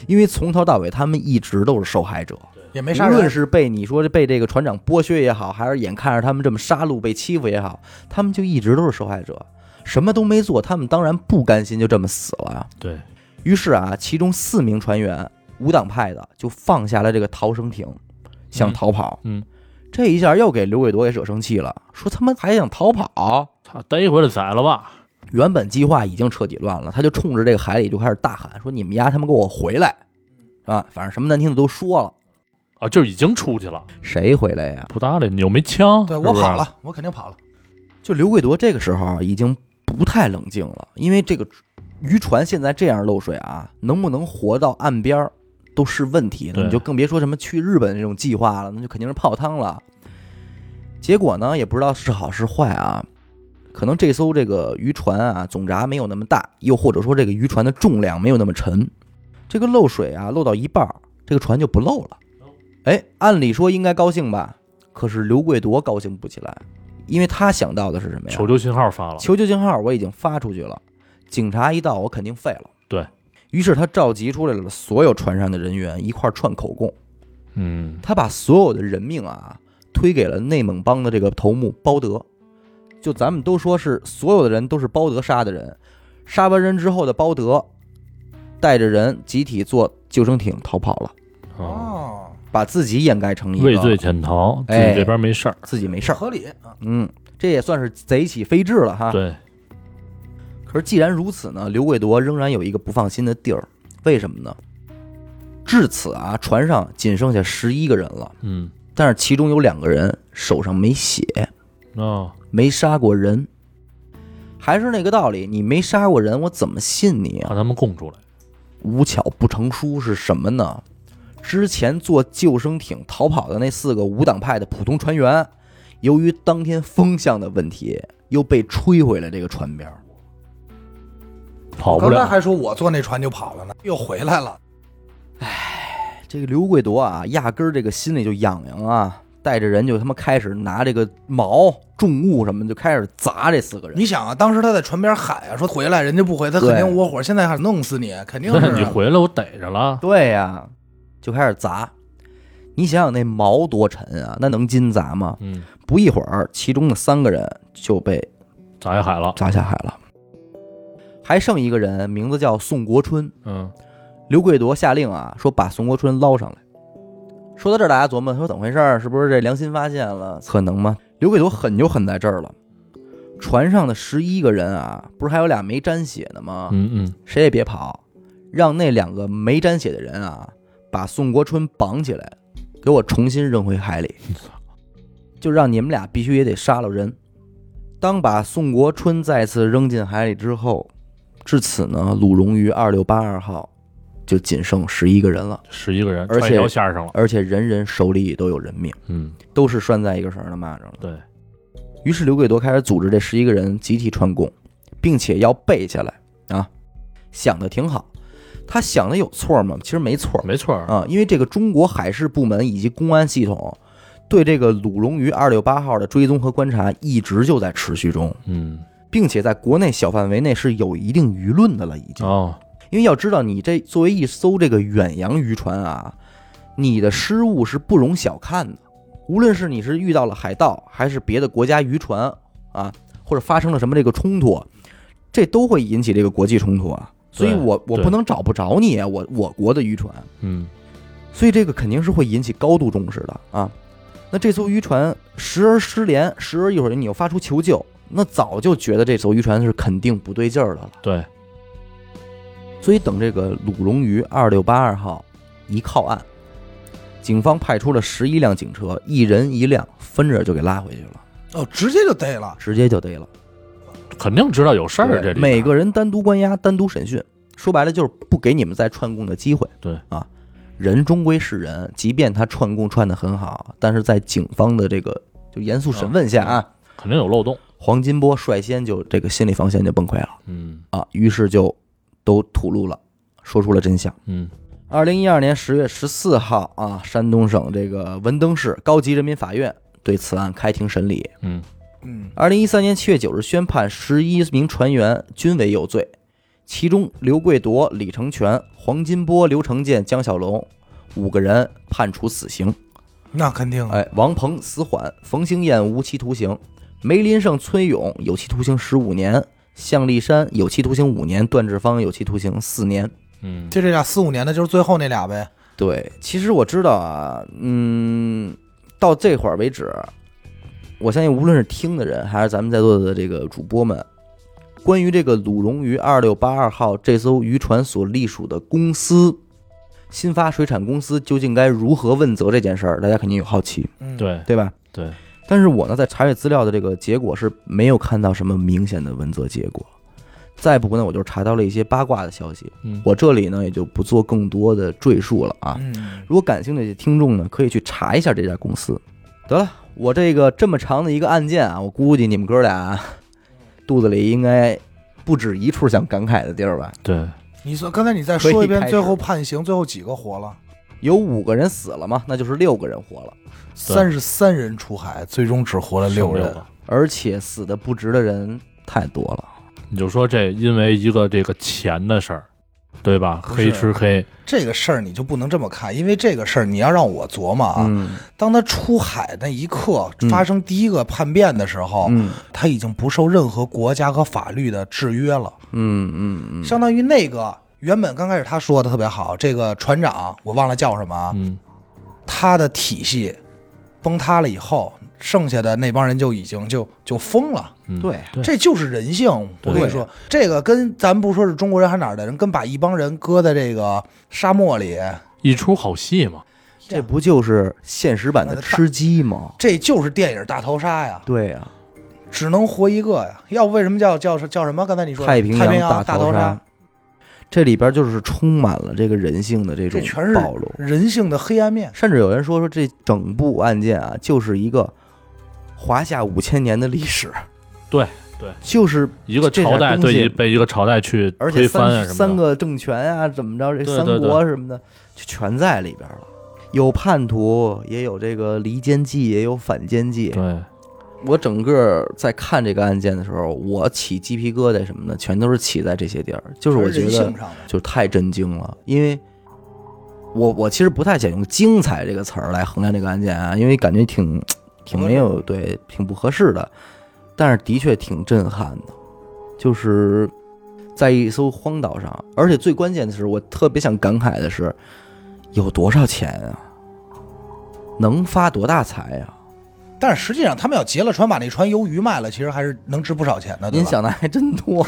因为从头到尾他们一直都是受害者。
也没
无
杀
论
人，
是被你说被这个船长剥削也好，还是眼看着他们这么杀戮被欺负也好，他们就一直都是受害者，什么都没做，他们当然不甘心就这么死了呀。
对，
于是啊，其中四名船员无党派的就放下了这个逃生艇，想逃跑。
嗯嗯
这一下又给刘贵铎给惹生气了，说他妈还想逃跑。
他逮回来宰了吧？
原本计划已经彻底乱了，他就冲着这个海里就开始大喊说：“你们丫他妈给我回来！”啊，反正什么难听的都说了，
啊，就已经出去了，
谁回来呀？
不搭理你，又没枪，
对
是不
我
是啊
跑，了，我肯定跑了。
就刘贵铎这个时候啊已经不太冷静了，因为这个渔船现在这样漏水啊，能不能活到岸边儿都是问题的，
对
你就更别说什么去日本这种计划了，那就肯定是泡汤了。结果呢，也不知道是好是坏啊，可能这艘这个渔船啊总闸没有那么大，又或者说这个渔船的重量没有那么沉，这个漏水啊漏到一半儿，这个船就不漏了。哎，按理说应该高兴吧，可是刘贵铎高兴不起来，因为他想到的是什么呀？
求救信号发了，
求救信号我已经发出去了，警察一到我肯定废了。
对
于是他召集出来了所有船上的人员一块儿串口供，
嗯，
他把所有的人命啊推给了内蒙帮的这个头目包德。就咱们都说是所有的人都是包德杀的人，杀完人之后的包德带着人集体坐救生艇逃跑了，
啊，
哦，
把自己掩盖成一个
畏罪潜逃，自
哎
己这边没事儿，
自己没事儿。
合理啊，
嗯，这也算是贼起飞智了哈。
对，
可是既然如此呢，刘贵铎仍然有一个不放心的地儿，为什么呢？至此啊，船上仅剩下十一个人了，
嗯，
但是其中有两个人手上没血，
啊，
没杀过人。还是那个道理，你没杀过人，我怎么信你啊
把？他们供出来，
无巧不成书是什么呢？之前坐救生艇逃跑的那四个无党派的普通船员，由于当天风向的问题，又被吹回了这个船边儿。
跑不
刚才
了，
还说我坐那船就跑了呢，又回来了。
这个刘贵铎啊，压根儿这个心里就痒痒啊，带着人就他妈开始拿这个矛、重物什么，就开始砸这四个人。
你想啊，当时他在船边喊啊，说回来，人家不回，他肯定窝火，现在还弄死你，肯定
你
是。
回来我逮着了，
对呀、就开始砸。你想想那矛多沉啊，那能金砸吗？
嗯，
不一会儿，其中的三个人就被
砸下海了，
砸下海了，还剩一个人，名字叫宋国春。
嗯，
刘贵铎下令啊，说把宋国春捞上来。说到这儿，大家琢磨说怎么回事儿？是不是这良心发现了？可能吗？刘贵铎狠就狠在这儿了。船上的十一个人啊，不是还有俩没沾血的吗？
嗯嗯，
谁也别跑，让那两个没沾血的人啊，把宋国春绑起来，给我重新扔回海里。就让你们俩必须也得杀了人。当把宋国春再次扔进海里之后，至此呢，鲁荣于二六八二号就仅剩十一个人了，
十一个人，
而且
穿一条线上了，
而且人人手里都有人命，
嗯，
都是拴在一个绳儿的蚂蚱了。
对，
于是刘贵铎开始组织这十一个人集体串供，并且要背下来啊。想的挺好，他想的有错吗？其实没错
没错儿，
啊，因为这个中国海事部门以及公安系统对这个鲁龙鱼二六八号的追踪和观察一直就在持续中，
嗯，
并且在国内小范围内是有一定舆论的了，已经。
哦，
因为要知道，你这作为一艘这个远洋渔船啊，你的失误是不容小看的。无论是你是遇到了海盗，还是别的国家渔船啊，或者发生了什么这个冲突，这都会引起这个国际冲突啊。所以
对
我我
对
不能找不着你啊，我我国的渔船，
嗯，
所以这个肯定是会引起高度重视的啊。那这艘渔船时而失联，时而一会儿你又发出求救，那早就觉得这艘渔船是肯定不对劲儿的了。
对，
所以等这个鲁龙鱼二六八二号一靠岸，警方派出了十一辆警车，一人一辆，分着就给拉回去了，
哦，直接就逮了，
直接就逮了。
肯定知道有事儿。这里
每个人单独关押、单独审讯，说白了就是不给你们再串供的机会。
对
啊，人终归是人，即便他串供串的很好，但是在警方的这个就严肃审问下啊，
肯定有漏洞。
黄金波率先就这个心理防线就崩溃了
嗯
啊，于是就都吐露了，说出了真相。
嗯，
二零一二年十月十四号啊，山东省这个文登市高级人民法院对此案开庭审理。
嗯，
嗯，
二零一三年七月九日宣判十一名船员均为有罪，其中刘贵铎、李成全、黄金波、刘成建、江小龙五个人判处死刑。
那肯定啊，
哎，王鹏死缓，冯兴燕无期徒刑，梅林胜、崔勇有期徒刑十五年，向立山有期徒刑五年，段志芳有期徒刑四年。
嗯，
就这俩四五年的，就是最后那俩呗。
对，其实我知道啊，嗯，到这会儿为止，我相信无论是听的人，还是咱们在座的这个主播们，关于这个鲁龙鱼二六八二号这艘渔船所隶属的公司新发水产公司究竟该如何问责这件事儿，大家肯定有好奇，
嗯，，
对
对吧？
对，
但是我呢，在查阅资料的这个结果是没有看到什么明显的问责结果。再不呢，我就查到了一些八卦的消息，
嗯，
我这里呢也就不做更多的赘述了啊。
嗯，
如果感兴趣的听众呢，可以去查一下这家公司。得了，我这个这么长的一个案件啊，我估计你们哥俩啊肚子里应该不止一处想感慨的地儿吧？
对，
你说刚才你再
可以
说一
开
遍，
始
最后判刑，最后几个活了？
有五个人死了嘛，那就是六个人活了，
三十三人出海，最终只活了六
六
人。
而且死的不值的人太多了。
你就说这因为一个这个钱的事儿，对吧？
不
黑
是
吃黑，
这个事儿你就不能这么看，因为这个事儿你要让我琢磨啊，
嗯
当他出海那一刻
嗯
发生第一个叛变的时候，
嗯
他已经不受任何国家和法律的制约了，
嗯嗯嗯，
相当于那个原本刚开始他说的特别好，这个船长我忘了叫什么啊，
嗯，
他的体系崩塌了以后，剩下的那帮人就已经就就疯了。
嗯
对
对，
这就是人性。我跟你说，这个跟咱不说是中国人还是哪儿的人，跟把一帮人搁在这个沙漠里，
一出好戏嘛，
这不就是现实版的吃鸡吗？
这就是电影大逃杀呀，
对啊呀、
只能活一个呀。要不为什么叫叫叫什么？刚才你说的
啊太平
太平洋
大
逃
杀，，这里边就是充满了这个人性的这种
这全是
暴露。
人性的黑暗面。
甚至有人说说这整部案件啊，就是一个华夏五千年的历史。
对对，
就是
一个
这
朝
点
代
东
对一
西
被一个朝代去
而且
推翻啊
三
什么的，
三个政权啊，怎么着这
对
三
对对
国什么的，就全在里边了。有叛徒，也有这个离间计，也有反间计。
对，
我整个在看这个案件的时候，我起鸡皮疙瘩什么的，全都是起在这些地儿。就是我觉
人
得
性上的，
就太震惊了，因为我我其实不太想用“精彩”这个词儿来衡量这个案件啊，因为感觉挺挺没有对，挺不合适的，但是的确挺震撼的，就是在一艘荒岛上，而且最关键的是，我特别想感慨的是，有多少钱啊？能发多大财啊呀、
但是实际上他们要劫了船，把那船鱿鱼卖了，其实还是能值不少钱的，对
您
吧？
想的还真多，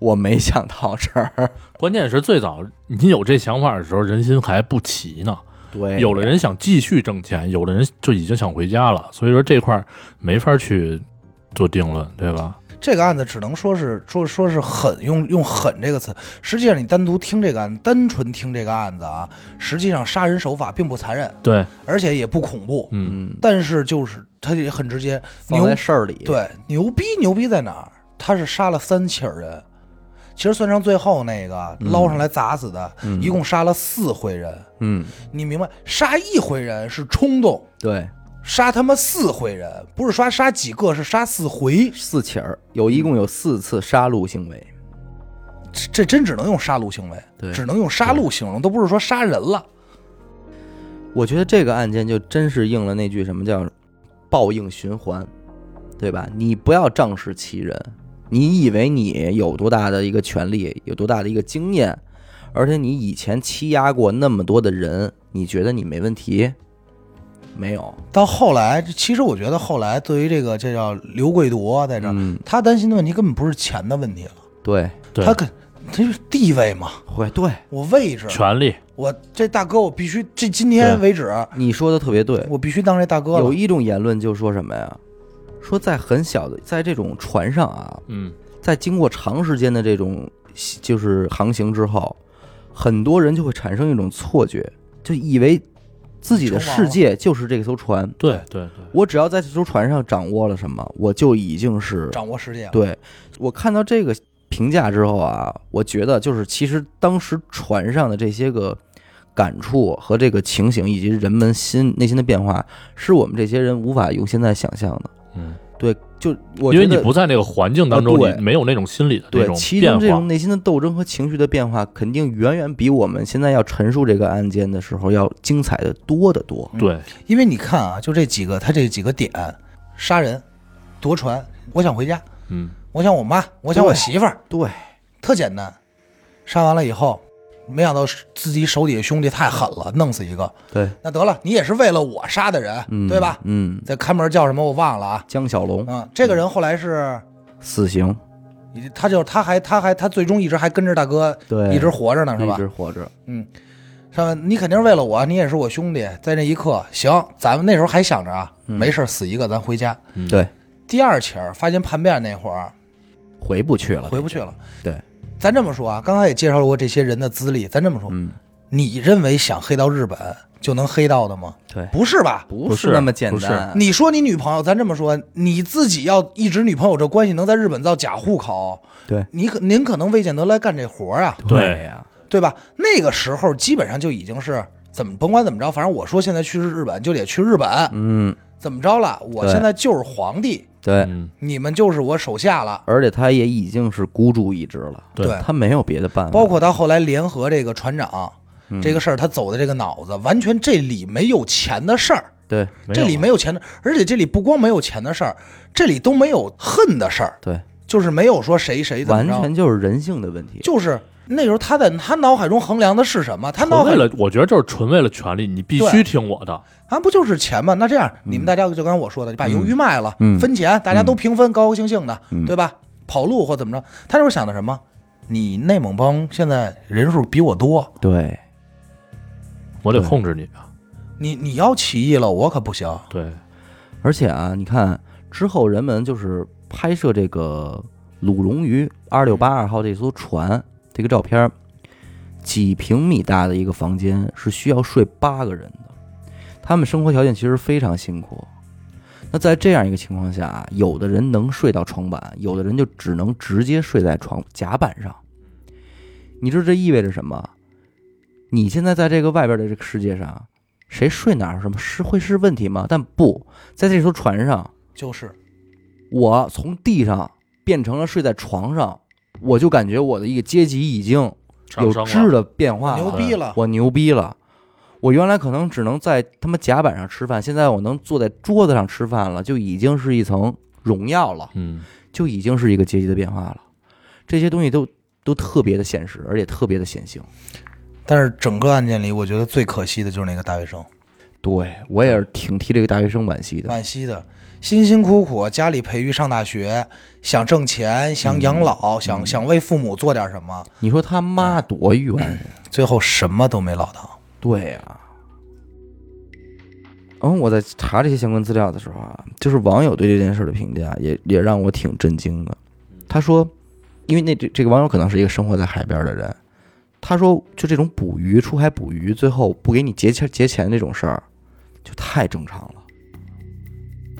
我没想到这儿。
关键是最早你有这想法的时候，人心还不齐呢。
对，
有的人想继续挣钱，有的人就已经想回家了。所以说这块儿没法去做定论，对吧？
这个案子只能说是说说是狠，用用“狠”这个词。实际上，你单独听这个案，单纯听这个案子啊，实际上杀人手法并不残忍，
对，
而且也不恐怖，
嗯，
嗯，
但是就是他也很直接，
放
牛
在事儿里，
对牛逼牛逼在哪儿？他是杀了三起儿人，其实算上最后那个捞上来砸死的，一共杀了四回人。
嗯，
你明白，杀一回人是冲动，
对。
杀他妈四回人，不是说杀几个，是杀四回。
四起儿，有一共有四次杀戮行为。
这这真只能用杀戮行为，
对
只能用杀戮形容，都不是说杀人了。
我觉得这个案件就真是应了那句什么叫“报应循环”，对吧？你不要仗势欺人，你以为你有多大的一个权利，有多大的一个经验，而且你以前欺压过那么多的人，你觉得你没问题？没有，
到后来，其实我觉得后来对于这个这叫刘贵夺啊在这儿，
嗯
他担心的问题根本不是钱的问题了，
对，
对
他跟他就是地位嘛，
会对，
我位置，
权利，
我这大哥我必须这今天为止，
你说的特别对。
我必须当这大哥
有
了。
一种言论就说什么呀？说在很小的，在这种船上啊，
嗯，
在经过长时间的这种就是航行之后，很多人就会产生一种错觉，就以为自己的世界就是这艘船。
对对对，
我只要在这艘船上掌握了什么，我就已经是
掌握世界了，
对。我看到这个评价之后啊，我觉得就是其实当时船上的这些个感触和这个情形，以及人们心内心的变化，是我们这些人无法用现在想象的。
嗯，
对，就我
因为
觉
你
得
不在那个环境当中，
啊对
你没有那种心理的那
对
种
其
变
中这
化
种，内心的斗争和情绪的变化，肯定远远比我们现在要陈述这个案件的时候要精彩的多得多。
对，
因为你看啊，就这几个，他这几个点：杀人、夺船，我想回家，
嗯，
我想我妈，我想我媳妇儿，
对，
特简单。杀完了以后，没想到是自己手底下兄弟太狠了，弄死一个。
对，
那得了，你也是为了我杀的人，
嗯，
对吧？
嗯，
这看门叫什么我忘了啊。
江小龙
嗯，这个人后来是，
死刑，
他就他还他还他最终一直还跟着大哥
对，
一直活着呢，是
一
吧？
直活着，
上面你肯定是为了我，你也是我兄弟，在那一刻，行，咱们那时候还想着啊，
嗯
没事儿死一个，咱回家。
嗯
对，
第二起儿发现叛变那会儿
回不去了，
回不去了。
啊对，
咱这么说啊，刚才也介绍过这些人的资历，咱这么说，
嗯，
你认为想黑到日本就能黑到的吗？
对，
不是吧？
不
不
是
是
那么简
不是
单，
你说你女朋友，咱这么说，你自己要一直女朋友这关系能在日本造假户口，
对
你可您可能未见得来干这活儿啊，
对
呀，
对吧？那个时候基本上就已经是怎么甭管怎么着，反正我说现在去日本就得去日本，
嗯，
怎么着了？我
对
现在就是皇帝，
对，
嗯，
你们就是我手下了。
而且他也已经是孤注一掷了，
对
对
他没有别的办法，
包括他后来联合这个船长、
嗯
这个事儿，他走的这个脑子，完全这里没有钱的事儿，
对
没有
这里
了
没有钱的，而且这里不光没有钱的事儿，这里都没有恨的事儿，
对，
就是没有说谁谁怎么
完
着，
全就是人性的问题，
就是那时候他在他脑海中衡量的是什么？他
纯
脑海
为了，我觉得就是纯为了权利，你必须
对
听我的，
啊不就是钱吗？那这样你们大家就刚才我说的，你把鱿鱼卖了，
嗯
分钱，大家都平分，高高兴兴的，
嗯
对吧？跑路或怎么着，他那时候想的什么？你内蒙帮现在人数比我多，
对，
我得
对
控制你啊，
你你要起义了，我可不行。
对，
而且啊，你看之后人们就是拍摄这个鲁龙鱼二六八二号这艘船这个照片儿，几平米大的一个房间是需要睡八个人的，他们生活条件其实非常辛苦。那在这样一个情况下啊，有的人能睡到床板，有的人就只能直接睡在床甲板上。你知道这意味着什么？你现在在这个外边的这个世界上，谁睡哪儿有什么是会是问题吗？但不，在这艘船上，
就是
我从地上变成了睡在床上，我就感觉我的一个阶级已经有
上升
质
了
的变化
牛
了，
逼了，
啊我牛逼了。我原来可能只能在他妈甲板上吃饭，现在我能坐在桌子上吃饭了，就已经是一层荣耀了，
嗯，
就已经是一个阶级的变化了。这些东西都都特别的现实，而且特别的显性。
但是整个案件里，我觉得最可惜的就是那个大学生，
对我也是挺替这个大学生惋惜的。
惋惜的，辛辛苦苦家里培育上大学，想挣钱，想
嗯
养老，想想为父母做点什么，
你说他妈多冤啊呀！
最后什么都没捞到。
对呀、嗯，我在查这些相关资料的时候啊，就是网友对这件事的评价也也让我挺震惊的。他说，因为那这这个网友可能是一个生活在海边的人，他说就这种捕鱼出海捕鱼，最后不给你结钱结钱这种事儿，就太正常了。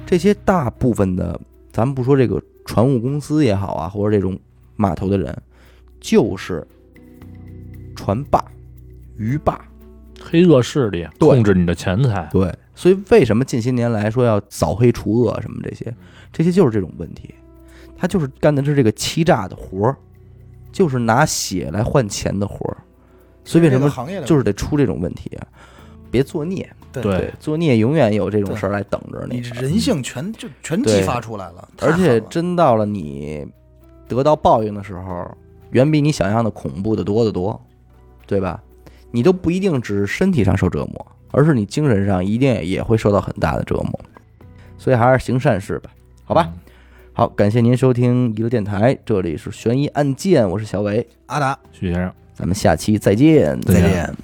这些大部分的，咱们不说这个船务公司也好啊，或者这种码头的人，就是船霸、鱼霸，
黑恶势力
对
控制你的钱财，
对，所以为什么近些年来说要扫黑除恶什么这些，这些就是这种问题，他就是干的是这个欺诈的活儿，就是拿血来换钱的活儿，所以为什
这
么
个行业的
就是得出这种问题啊？别作孽，
对，
作孽永远有这种
对
事儿来等着
你
你。
人性全就全
对
激发出来了，太
而
狠
且
了
真到了你得到报应的时候，远比你想象的恐怖的多得多，对吧？你都不一定只是身体上受折磨，而是你精神上一定也会受到很大的折磨。所以还是行善事吧，好
嗯
吧。好，感谢您收听娱乐电台，这里是悬疑案件，我是小伟，
阿达，
许先生。
咱们下期再见，
再见
见。